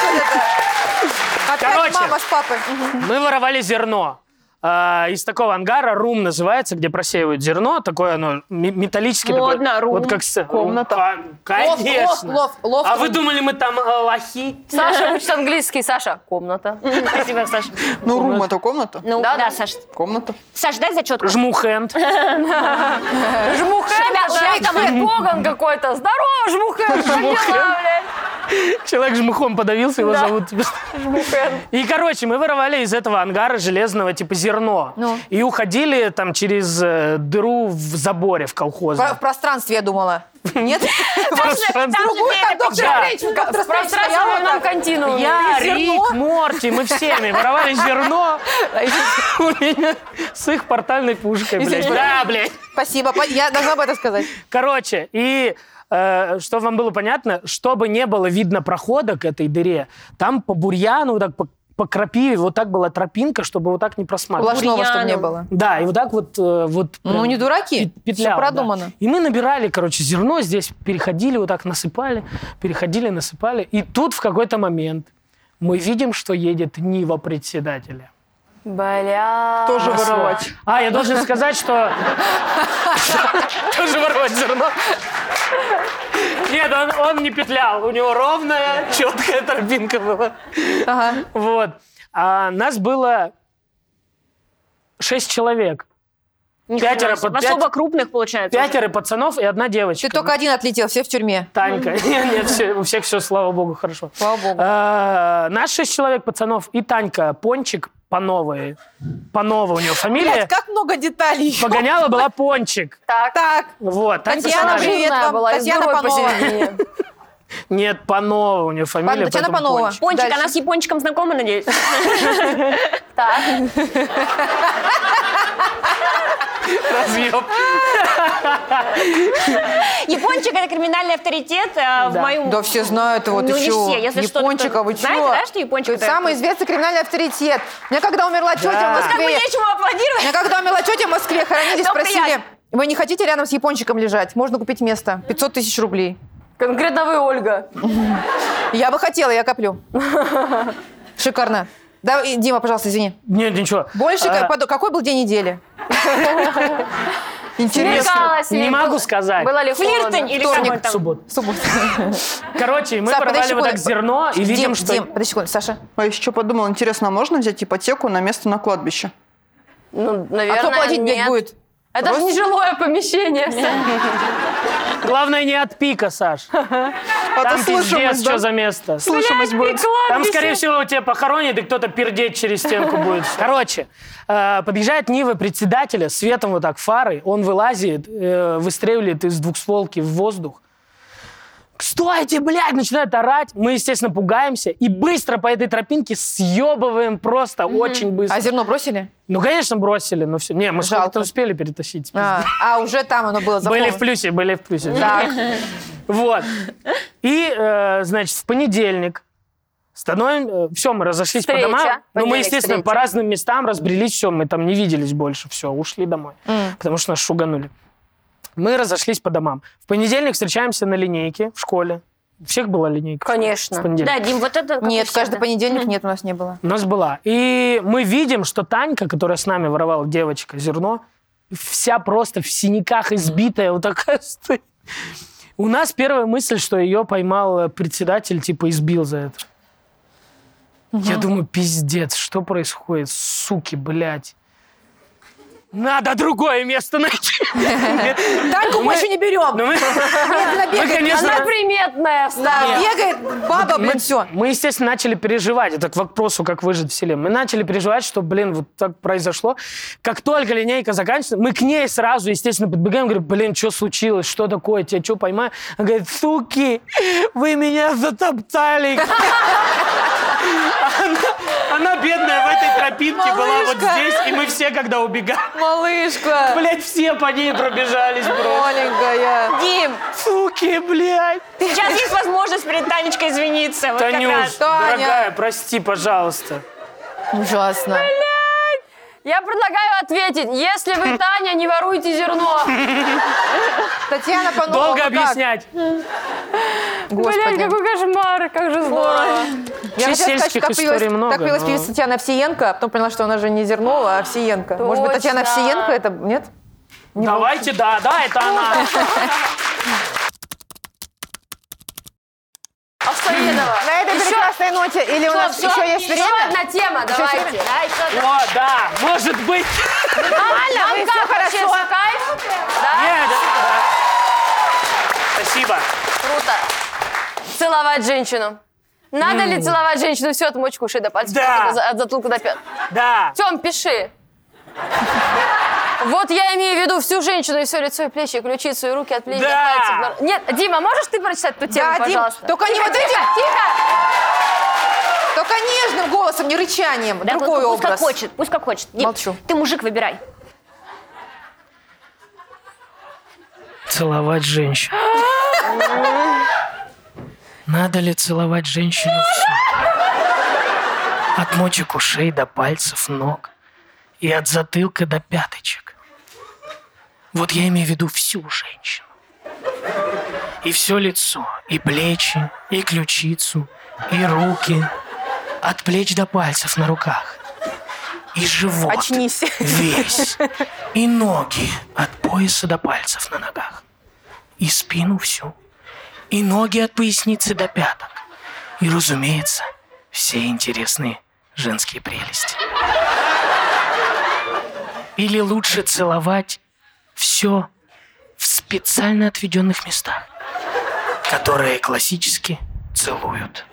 вот это. Опять
Короче.
мама с папой. Мгм.
Мы воровали зерно. А, Из такого ангара рум называется, где просеивают зерно. Такое оно ме- металлическое. такое.
Модно, рум.
Вот как с- э,
Комната.
Ка-
Лофт, лофт,
Конечно.
лофт, лофт.
А вы думали, мы там э, лохи?
Саша учит английский. Саша, комната.
Спасибо, Саша.
Ну, рум это комната.
Ну, да, да, Саш.
Комната.
Саш, дай зачетку.
Жму хэнд.
Жмухэ,
Шляпа,
да,
шляпа.
там Коган какой-то. Здорово, Жмухэ, как дела, блядь?
Человек жмухом подавился, его
Да.
зовут. И, короче, мы воровали из этого ангара железного типа зерно. И уходили там через э, дыру в заборе в колхозе.
Про- В пространстве, я думала. Нет?
Пространство.
Другой там доктор
Да.
Гречу, как в пространстве
Пространство в
стояла,
одном
так.
континууме.
Я,
Зерно.
Рик, Морти, мы всеми воровали зерно у меня с их портальной пушкой, блядь.
Извините,
Да, блядь.
Спасибо, по- я должна об этом сказать.
Короче, и э, что вам было понятно, чтобы не было видно прохода к этой дыре, там по бурьяну, вот так по, по крапиве, вот так была тропинка, чтобы вот так не просматривать.
Блажного, чтобы не
Бурьяном.
было.
Да, и вот так вот... э, вот
Ну,
прям
не дураки.
пет- петляла,
Всё
да.
продумано.
И мы набирали, короче, зерно здесь, переходили, вот так насыпали, переходили, насыпали. И тут в какой-то момент мы видим, что едет Нива председателя.
Бля.
Тоже воровать.
А, я должен сказать, что... Тоже воровать зерно. Нет, он, он не петлял. У него ровная, четкая тропинка была.
Ага.
Вот. А нас было шесть человек. Пятеро, под- пять-
Особо крупных, получается.
пятеро пацанов и одна девочка.
Ты только один отлетел, все в тюрьме.
Танька. Нет, нет, всё- у всех все, слава богу, хорошо.
Слава богу.
А, Нас шесть человек пацанов и Танька Пончик по новой. Панова у нее фамилия.
Блядь, как много деталей.
Погоняла была Пончик.
Так,
Вот. Танька
Татьяна,
Панова.
привет
Жирная
вам.
была, и с
Татьяна
дырой
Панова.
посередине.
Нет, Панова у нее фамилия.
Татьяна
поэтому
Панова.
Пончик.
Пончик,
Дальше.
она с япончиком знакома, надеюсь?
Так.
Разъеб.
Япончик — это криминальный авторитет э, в
Да.
моем...
Да все знают его, ты
Ну, не
чё?
все, если что,
Япончик,
кто-
а вы чё?
Знаете, да, что Япончик
Ты
это-
самый известный криминальный авторитет. Меня когда умерла тетя в
Как бы
Москве...
нечему
Меня
аплодировать.
когда умерла тетя в Москве, хоронили,
Только
спросили,
я.
вы не хотите рядом с Япончиком лежать? Можно купить место. 500 тысяч рублей.
Конкретно вы, Ольга.
Я бы хотела, я коплю. Шикарно. Да, и, Дима, пожалуйста, извини.
Нет, ничего.
Больше,
А,
как- подо- какой был день недели?
Интересно.
Смеркалось
Не
или
могу
было-
сказать.
Было ли холодно?
Флиртань или как он
Вторник,
там?
суббота.
Суббота.
Короче, мы
Саш,
порвали
подожди
вот так
секунду.
зерно и видим,
Дим,
что...
Дим, подожди секунду, Саша.
А еще подумал, интересно, а можно взять ипотеку на место на кладбище?
Ну,
А
наверное,
кто платить блядь,
нет.
будет?
Это же не жилое помещение.
Главное, не от пика, Саш.
А
Там
ты слышимость,
пиздец, что
да?
за место.
Слышимость будет.
Там, скорее всего, тебя похоронят, и кто-то пердеть через стенку будет. Короче, э, подъезжает Нива председателя, светом вот так фарой, он вылазит, э, выстреливает из двухстволки в воздух. «Стойте, блядь!» Начинает орать. Мы, естественно, пугаемся и быстро по этой тропинке съебываем просто очень быстро.
А зерно бросили?
Ну, конечно, бросили, но все. Не, мы сколько-то
Жалко.
успели перетащить.
А, а, уже там оно было
Были
заполнено.
в плюсе, были в плюсе.
Так,
Вот. И, э, значит, в понедельник становим... Все, мы разошлись
Встреча.
по домам. Но мы,
Понедельник,
естественно,
встреча.
по разным местам разбрелись. Все, мы там не виделись больше. Все, ушли домой. Потому что нас шуганули. Мы разошлись по домам. В понедельник встречаемся на линейке в школе. У всех была линейка? В
Конечно.
понедельник.
Да, Дим, вот это... как у
нет,
всех,
каждый
да.
понедельник нет, у нас не было.
У нас была. И мы видим, что Танька, которая с нами воровала девочка зерно, вся просто в синяках избитая, вот такая стоит. У нас первая мысль, что ее поймал э, председатель, типа избил за это. Я думаю, пиздец, что происходит, суки, блядь. Надо другое место найти.
Таньку мы еще не берем.
Но мы- Ну,
Она
мы,
бегает,
конечно,
Она приметная стала.
она бегает, баба, блин, все.
Мы, естественно, начали переживать. Это к вопросу, как выжить в селе. Мы начали переживать, что, блин, вот так произошло. Как только линейка заканчивается, мы к ней сразу, естественно, подбегаем, говорим, блин, что случилось, что такое, тебя что поймаю? Она говорит, суки, вы меня затоптали. Она, она бедная в этой тропинке была вот
Малышка.
здесь, и мы все, когда убегали,
Малышка,
блядь, все по ней пробежались просто.
маленькая.
Дим,
Суки, блядь.
сейчас есть возможность перед Танечкой извиниться. Вот как раз.
Танюш,
Таня.
дорогая, прости, пожалуйста.
Ужасно.
Я предлагаю ответить. Если вы, Таня, не воруйте зерно.
Татьяна Панова.
Долго
вы как?
объяснять.
Блять,
Господи.
какой кошмар, как же здорово.
Я
Вообще
хотела сказать,
сельских
что так появилась,
историй много,
так появилась
но-
певица Татьяна Овсиенко, а потом поняла, что она же не Зернова, а Овсиенко. Может быть, Татьяна
Точно.
Овсиенко это... Нет? Ну,
Давайте, да, да, это она.
Овсоедова.
На этой прекрасной ноте или у нас
Всё,
еще есть
ещё
время?
одна тема, давайте.
О, да, может быть.
Нормально? Вам
вы, всё
как вообще,
хорошо.
всё кайф? Да?
Нет, да. Спасибо.
Круто. Целовать женщину. Надо ли целовать женщину все от мочки ушей до пальцев?
Да.
От за- От затылка до пят.
Да.
Тем, пиши. Вот я имею в виду всю женщину, и все лицо, и плечи, и ключицу, и руки от плечи,
Да.
пальцев. Нет, Дима, можешь ты прочитать ту тему,
Да, Дим,
пожалуйста?
только не вот
Тихо,
этим,
тихо.
только нежным голосом, не рычанием.
Да,
Другой
пусть как
образ.
хочет, пусть как хочет. Дим,
Молчу.
ты мужик выбирай.
Целовать женщину. Надо ли целовать женщину всю? От мочек ушей до пальцев ног. И от затылка до пяточек. Вот я имею в виду всю женщину. И все лицо, и плечи, и ключицу, и руки. От плеч до пальцев на руках. И живот.
Очнись.
Весь. И ноги от пояса до пальцев на ногах. И спину всю. И ноги от поясницы до пяток. И, разумеется, все интересные женские прелести. Или лучше целовать все в специально отведенных местах, которые классически целуют.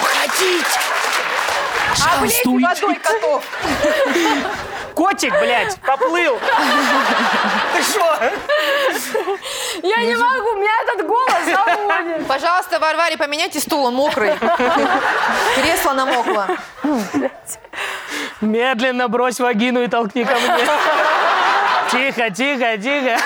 Уходите!
А плечи водой котов.
Котик, блядь, поплыл. Ты что?
Я не могу, меня этот голос заводит.
Пожалуйста, Варваре, поменяйте стул, он мокрый. Кресло намокло.
Медленно брось вагину и толкни ко мне. Тихо, тихо, тихо.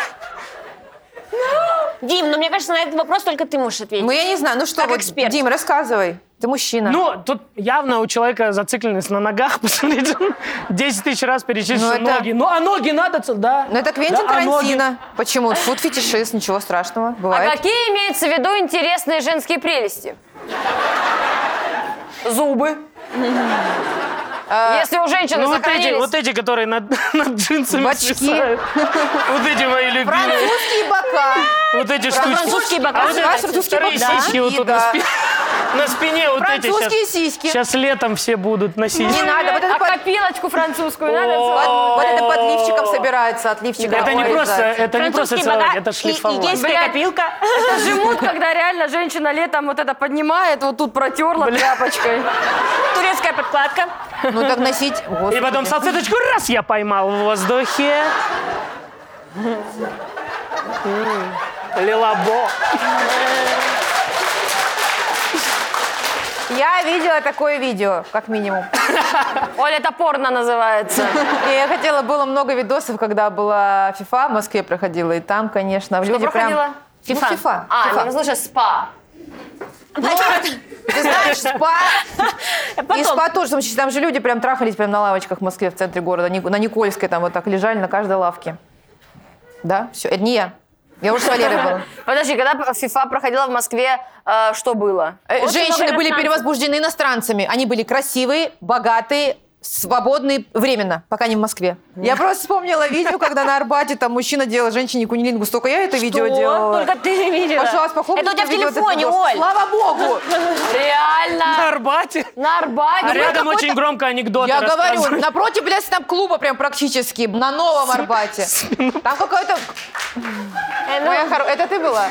Дим, ну мне кажется, на этот вопрос только ты можешь ответить.
Ну, я не знаю, ну что,
Как
вот,
эксперт.
Дим, рассказывай. Ты мужчина.
Ну, тут явно у человека зацикленность на ногах, посмотрите, он 10 тысяч раз перечислил
Ну, это-
ноги. Ну, а ноги надо, ц- да.
Но это Квентин
Да, а ноги?
Тарантино. Почему? Фуд фетишист, ничего страшного.
А
Бывает.
какие имеются в виду интересные женские прелести? Зубы.
А,
Если у женщины
Ну, вот эти,
сохранились...
вот эти, которые над, над джинсами
Бачки.
свисают. Вот эти мои любимые.
Французские бока.
Вот эти штучки.
французские бока.
А вот
Да,
эти
французские
вторые
бока.
сиськи вот тут на
Да.
спи- на спине. вот эти
Французские
сейчас.
сиськи.
Сейчас летом все будут носить.
Не надо. Вот это,
А
под-
копилочку французскую надо целовать?
под- вот это под лифчиком собирается, от лифчика.
Это не просто,
обрезается.
это не просто
Французские
целовать,
бока
это
и-
шлифовать.
и гейская
Блядь.
копилка.
Это жмут, когда реально женщина летом вот это поднимает, вот тут протерла тряпочкой.
Турецкая подкладка.
Ну так носить.
И потом салфеточку раз я поймал в воздухе. М, Лилабо.
Я видела такое видео, как минимум.
Оля, это порно называется.
И я хотела, было много видосов, когда была FIFA в Москве проходила, и там, конечно, люди
проходила?
прям... FIFA. Ну, FIFA.
А,
FIFA. Ну,
я слышу, спа.
Ты знаешь, спа и
Потом.
спа тоже. Там, же- там же люди прям трахались прям на лавочках в Москве, в центре города. Ник- На Никольской там вот так лежали на каждой лавке. Да, все, это не я. Я уже с Валерой была.
Подожди, когда ФИФА проходила в Москве, э, что было?
Э, Женщины
много
были
иностранцев.
перевозбуждены иностранцами. Они были красивые, богатые, свободные временно, пока не в Москве. Я просто вспомнила видео, когда на Арбате там мужчина делал женщине кунилингу. Столько я это видео
Что?
делала.
Только ты видела.
Пожалуйста, похлопайте
Это у тебя в
мне видео этот
телефоне,
видос.
Оль.
Слава богу!
Реально!
На Арбате.
На
А
Арбате.
рядом очень громко анекдоты
Ну, Я говорю,
рассказывают.
напротив пляс-клуба прям практически, на новом Арбате. Там какой-то...
Э, ну.
Моя хоро- Это ты была?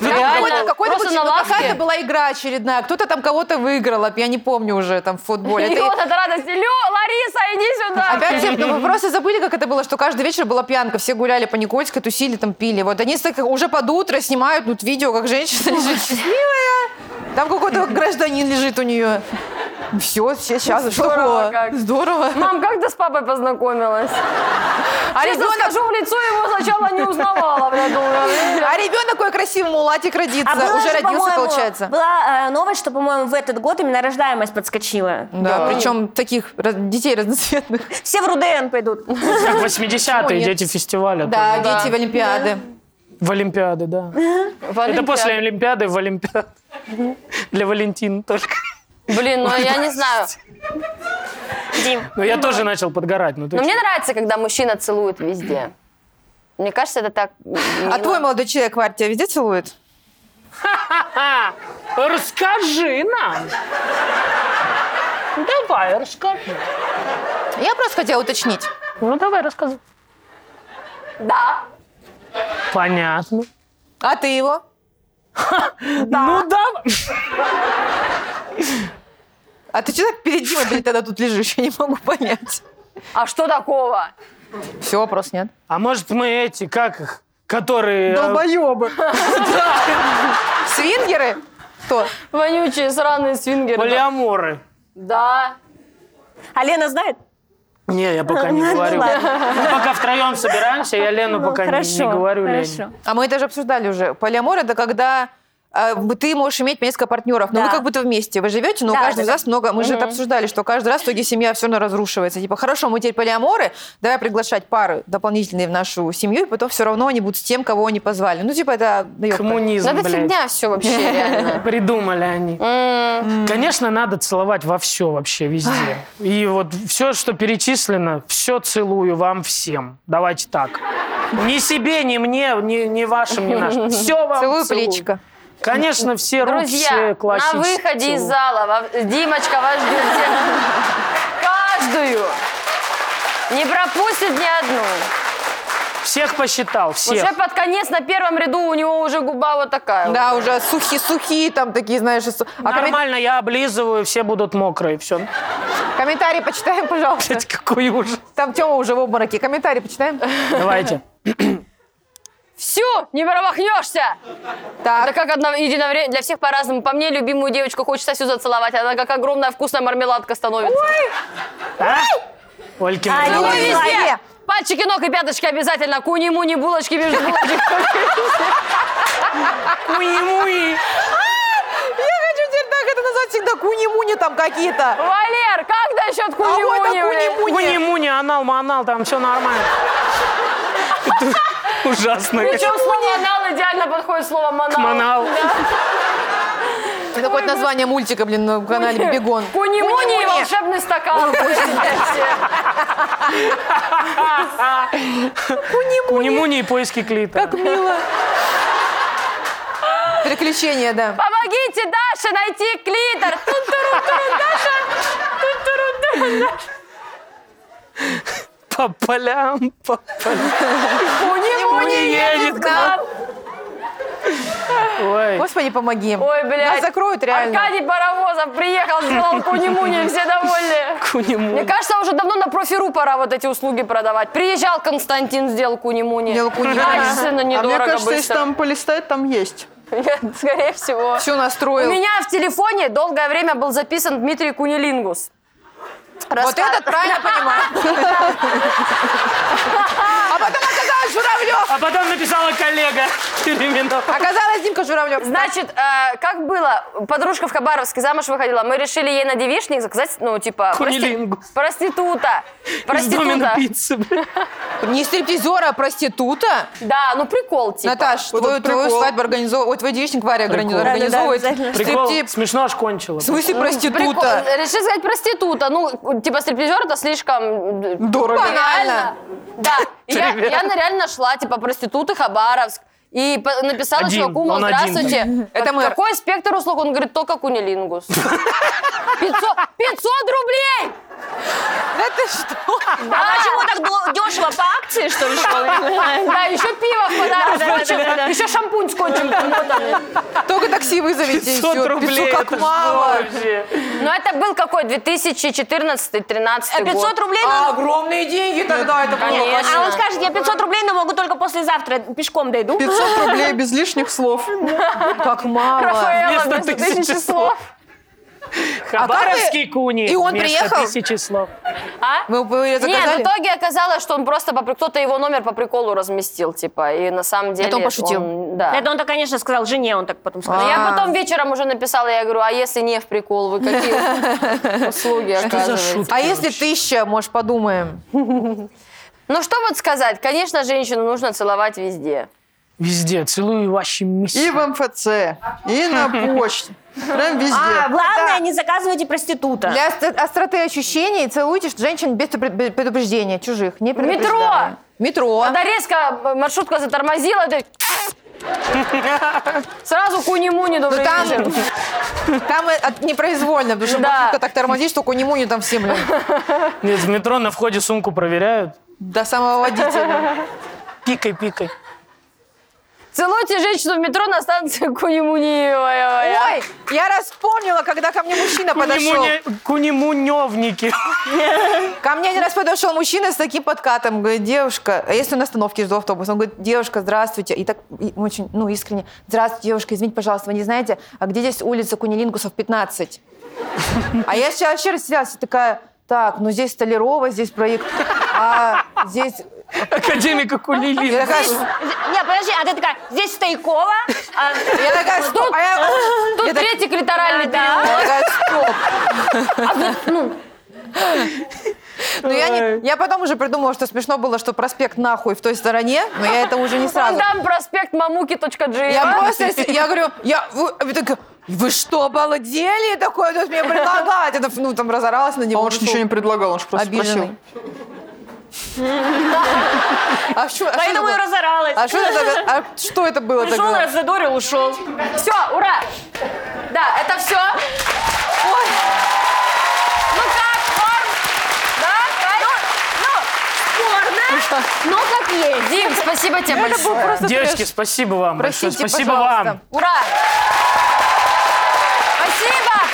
Там какой-то- какой-то
Просто
был-
на
ну,
лавке.
какая-то была игра очередная, кто-то там кого-то выиграл, а я не помню уже там в футболе. Это-
Вот это радость. Лё, Лариса, иди сюда.
Опять все, ну, вы просто забыли, как это было, что каждый вечер была пьянка, все гуляли по Никольской, тусили, там пили. Вот они так уже под утро снимают тут видео, как женщина лежит счастливая. Там какой-то гражданин лежит у нее. Все, сейчас
Здорово как.
Здорово.
Мам, как ты с папой познакомилась?
А
Честно
ребенок,
скажу, в лицо его сначала не узнавала. Бля, думаю,
а ребенок какой красивый, мулатик родится.
А было
Уже
же,
родился,
по-моему,
получается.
Была э, новость, что, по-моему, в этот год именно рождаемость подскочила.
Да, причем таких раз- детей разноцветных.
Все в РУДН пойдут.
Как 80-е,
нет?
дети фестиваля.
Да,
тоже.
дети в Олимпиады.
В Олимпиады, да. Это после Олимпиады в Олимпиаду. Для Валентин только.
Блин, ну я не знаю.
Дим.
Ну, я тоже начал подгорать. Ну, ты
Но
чё?
мне нравится, когда мужчина целует везде. Мне кажется, это так...
А твой молодой человек, Варь, тебя везде целует?
А, расскажи нам. Давай, расскажи.
Я просто хотела уточнить.
Ну, давай, рассказывай.
Да.
Понятно.
А ты его?
Ну, да.
А ты что так перед Димой, блин, тогда тут лежишь? Я не могу понять.
А что такого?
Все, вопрос нет.
А может, мы эти, как их, которые... э,
Долбоебы.
Свингеры? Кто?
Вонючие сраные свингеры.
Полиаморы.
Да.
А Лена знает?
Не, я пока не говорю. Мы пока втроем собираемся, я Лену Ну, пока не- не,
Хорошо,
говорю.
хорошо.
Лене.
А мы это же обсуждали уже. Полиамор это когда э, ты можешь иметь несколько партнеров, но
Да.
вы как будто вместе, вы живете, но у
Да,
каждого
да,
раз много, мы же это обсуждали, что каждый раз в итоге семья все равно разрушивается. Типа, хорошо, мы теперь полиаморы, давай приглашать пары дополнительные в нашу семью, и потом все равно они будут с тем, кого они позвали. Ну, типа, это... ёпта.
Коммунизм,
Надо
блядь.
фигня все вообще, реально.
Придумали они. Конечно, надо целовать во все вообще, везде. И вот все, что перечислено, все целую вам всем. Давайте так. Ни себе, ни мне, ни, ни вашим, ни нашим. Все вам
Целую плечико.
Конечно, все руки, все
Друзья, на
классические.
выходе из
целую.
зала во- Димочка вас ждет всех. Каждую. Не пропустит ни одну.
Всех посчитал,
Уже
всех.
под конец на первом ряду у него уже губа вот такая.
Да, уже сухие-сухие там такие, знаешь. и су- А коммен-
Нормально, я облизываю, все будут мокрые. Все.
комментарии почитаем, пожалуйста.
Блять, какой ужас.
Там Тёма уже в обмороке. Комментарии почитаем.
Давайте.
Всю, не промахнешься. Да
Так,
как одно, единовременно, для всех по-разному. По мне, любимую девочку хочется всю зацеловать. Она как огромная вкусная мармеладка становится.
А? Олькин.
А,
зал.
Ну,
Ой,
везде.
Варя.
Пальчики ног и пяточки обязательно. Куни-муни, булочки между булочек.
Уи-муи.
Я хочу теперь так это делать всегда куни-муни там какие-то.
Валер, как насчет
А вот это
куни-муни? блин?
Муни-муни, анал-манал, там все нормально. Это Ужасно.
Причем слово «анал» идеально подходит слово «манал».
Манал.
Это какое-то название мультика, блин, на канале Бегон.
Куни-муни и
Куни-муни.
волшебный стакан.
Куни-муни и поиски клита.
Приключения, да.
Помогите Даше найти клитор. Тун-туру-туру, Даша. Тун-туру-туру, Даша.
По полям, по полям.
Куни-муни
едет к
нам.
Ой.
Господи, помоги.
Ой, блядь.
Нас закроют реально.
Аркадий Паровозов приехал, сделал куни-муни, все довольны. Мне
Куни-муни.
кажется, уже давно на профиру пора вот эти услуги продавать. Приезжал Константин, сделал куни-муни.
Дело куни-муни.
Качественно,
А мне
недорого,
кажется, если
быстро.
там полистать, там есть.
Нет, скорее всего.
Все
У
настроил.
меня в телефоне долгое время был записан Дмитрий Кунилингус.
Вот этот правильно понимаю. А потом оказалось Журавлев.
А потом написала коллега Еременко.
Оказалось Димка Журавлев.
Значит, э, как было, подружка в Хабаровске замуж выходила, мы решили ей на девичник заказать, ну, типа, прости-
Кунилингус.
проститута.
Из домина
Проститута.
пиццы, блин.
Не стриптизера, а проститута.
Да, ну прикол, типа.
Наташ,
Вот
твою,
это прикол.
твою свадьбу организовывает, ой, твой девичник Варя органи-
Прикол.
организовывает.
Прикол,
Стриптиз.
смешно аж кончила.
В смысле
Прикол.
проститута?
Решили сказать проститута. Ну, типа стриптизер это слишком... э,
Дорого.
Банально. Да. И Я,
Привет.
я реально нашла, типа, проституты Хабаровск. И по- написала
Один,
чуваку, мол,
он один.
здравствуйте,
Это
как-
мэр.
какой спектр услуг? Он говорит, только кунилингус. 500, 500 рублей! А
Да ты что?
Да,
Почему так дл- дешево по акции, что ли, что ли?
да, еще пиво в подарок, еще шампунь с кончиком.
Только такси вызовите. и
500
всё.
рублей,
как
это ж
мало.
вообще.
Но это был какой, 2014-2013 год.
500 А рублей нам-
огромные деньги тогда это было.
А он скажет, я 500 рублей, но могу только послезавтра пешком дойду.
500 рублей без лишних слов.
Как мало.
Рафаэла
Вместо
вместо
тысячи
тысячи слов.
Хабаровский куни.
А И он
вместо
приехал?
тысячи слов.
Мы бы её
Нет, ну в
заказали?
итоге оказалось, что он просто по при- кто-то его номер по приколу разместил, типа, и на самом деле...
Это он пошутил.
он- да.
Это он так, конечно, сказал жене, он так потом сказал.
Но
А.
я потом вечером уже написала, я говорю, а если не в прикол, вы какие услуги оказываете?
шутка?
А если тысяча, может, подумаем?
Ну что вот сказать, конечно, женщину нужно целовать везде.
Везде, целую ваши
И
миссии.
в МФЦ, и на почте. Прям везде.
А, главное, не заказывайте проститута.
Для ос- остроты ощущений целуйте женщин без предупр- предупреждения, чужих, не предупреждая. Метро!
Когда резко маршрутка затормозила, ты... Сразу куни-муни
Ну
добрый
там,
вечер.
там э, от- непроизвольно, потому что
Да.
маршрутка так тормозит, что кунимуни там всем блин,
Нет, в метро на входе сумку проверяют.
до самого водителя.
Пикай, пикай.
Целуйте женщину в метро на станции куни-муни. Ой, ой, ой.
Ой, я раз вспомнила, когда ко мне мужчина подошел.
Кунимуне- Кунимуневники.
Ко мне один раз подошел мужчина с таким подкатом. Говорит, девушка, а если на остановке жду автобус, он говорит, девушка, здравствуйте. И так и очень, ну, искренне, здравствуйте, девушка, извините, пожалуйста, вы не знаете, а где здесь улица Кунилингусов 15? А я сейчас вообще растерялась и такая, так, ну здесь Столярова, здесь проект, а здесь...
Академика
Я
Кулили.
такая,
Не, подожди, а ты такая, здесь Стойкова, а,
я такая, стоп, а я...
Тут
я так-
третий клиторальный период.
я такая, стоп. Ну, я, не, я потом уже придумала, что смешно было, что проспект нахуй в той стороне, но я это уже не сразу.
Там проспект Мамуки.джи.
Я просто, я говорю, я, вы, вы так, вы что, обалдели такое тут мне предлагать? Это, ну, там, разоралась на
А
него.
он же
ушел.
ничего не предлагал, он же просто спросил.
Обиженный. А что а что
поэтому и
это было?
разоралась.
А что это, за- а что это было
Пришел,
тогда?
раззадорил, ушел.
Все, ура! Да, это все. Ну как, форм? Да, кайф?
Ну, Порно, но Ну, как есть.
Дим, спасибо тебе большое.
Девочки, спасибо вам большое.
Простите,
Спасибо
пожалуйста.
вам.
Ура! Спасибо!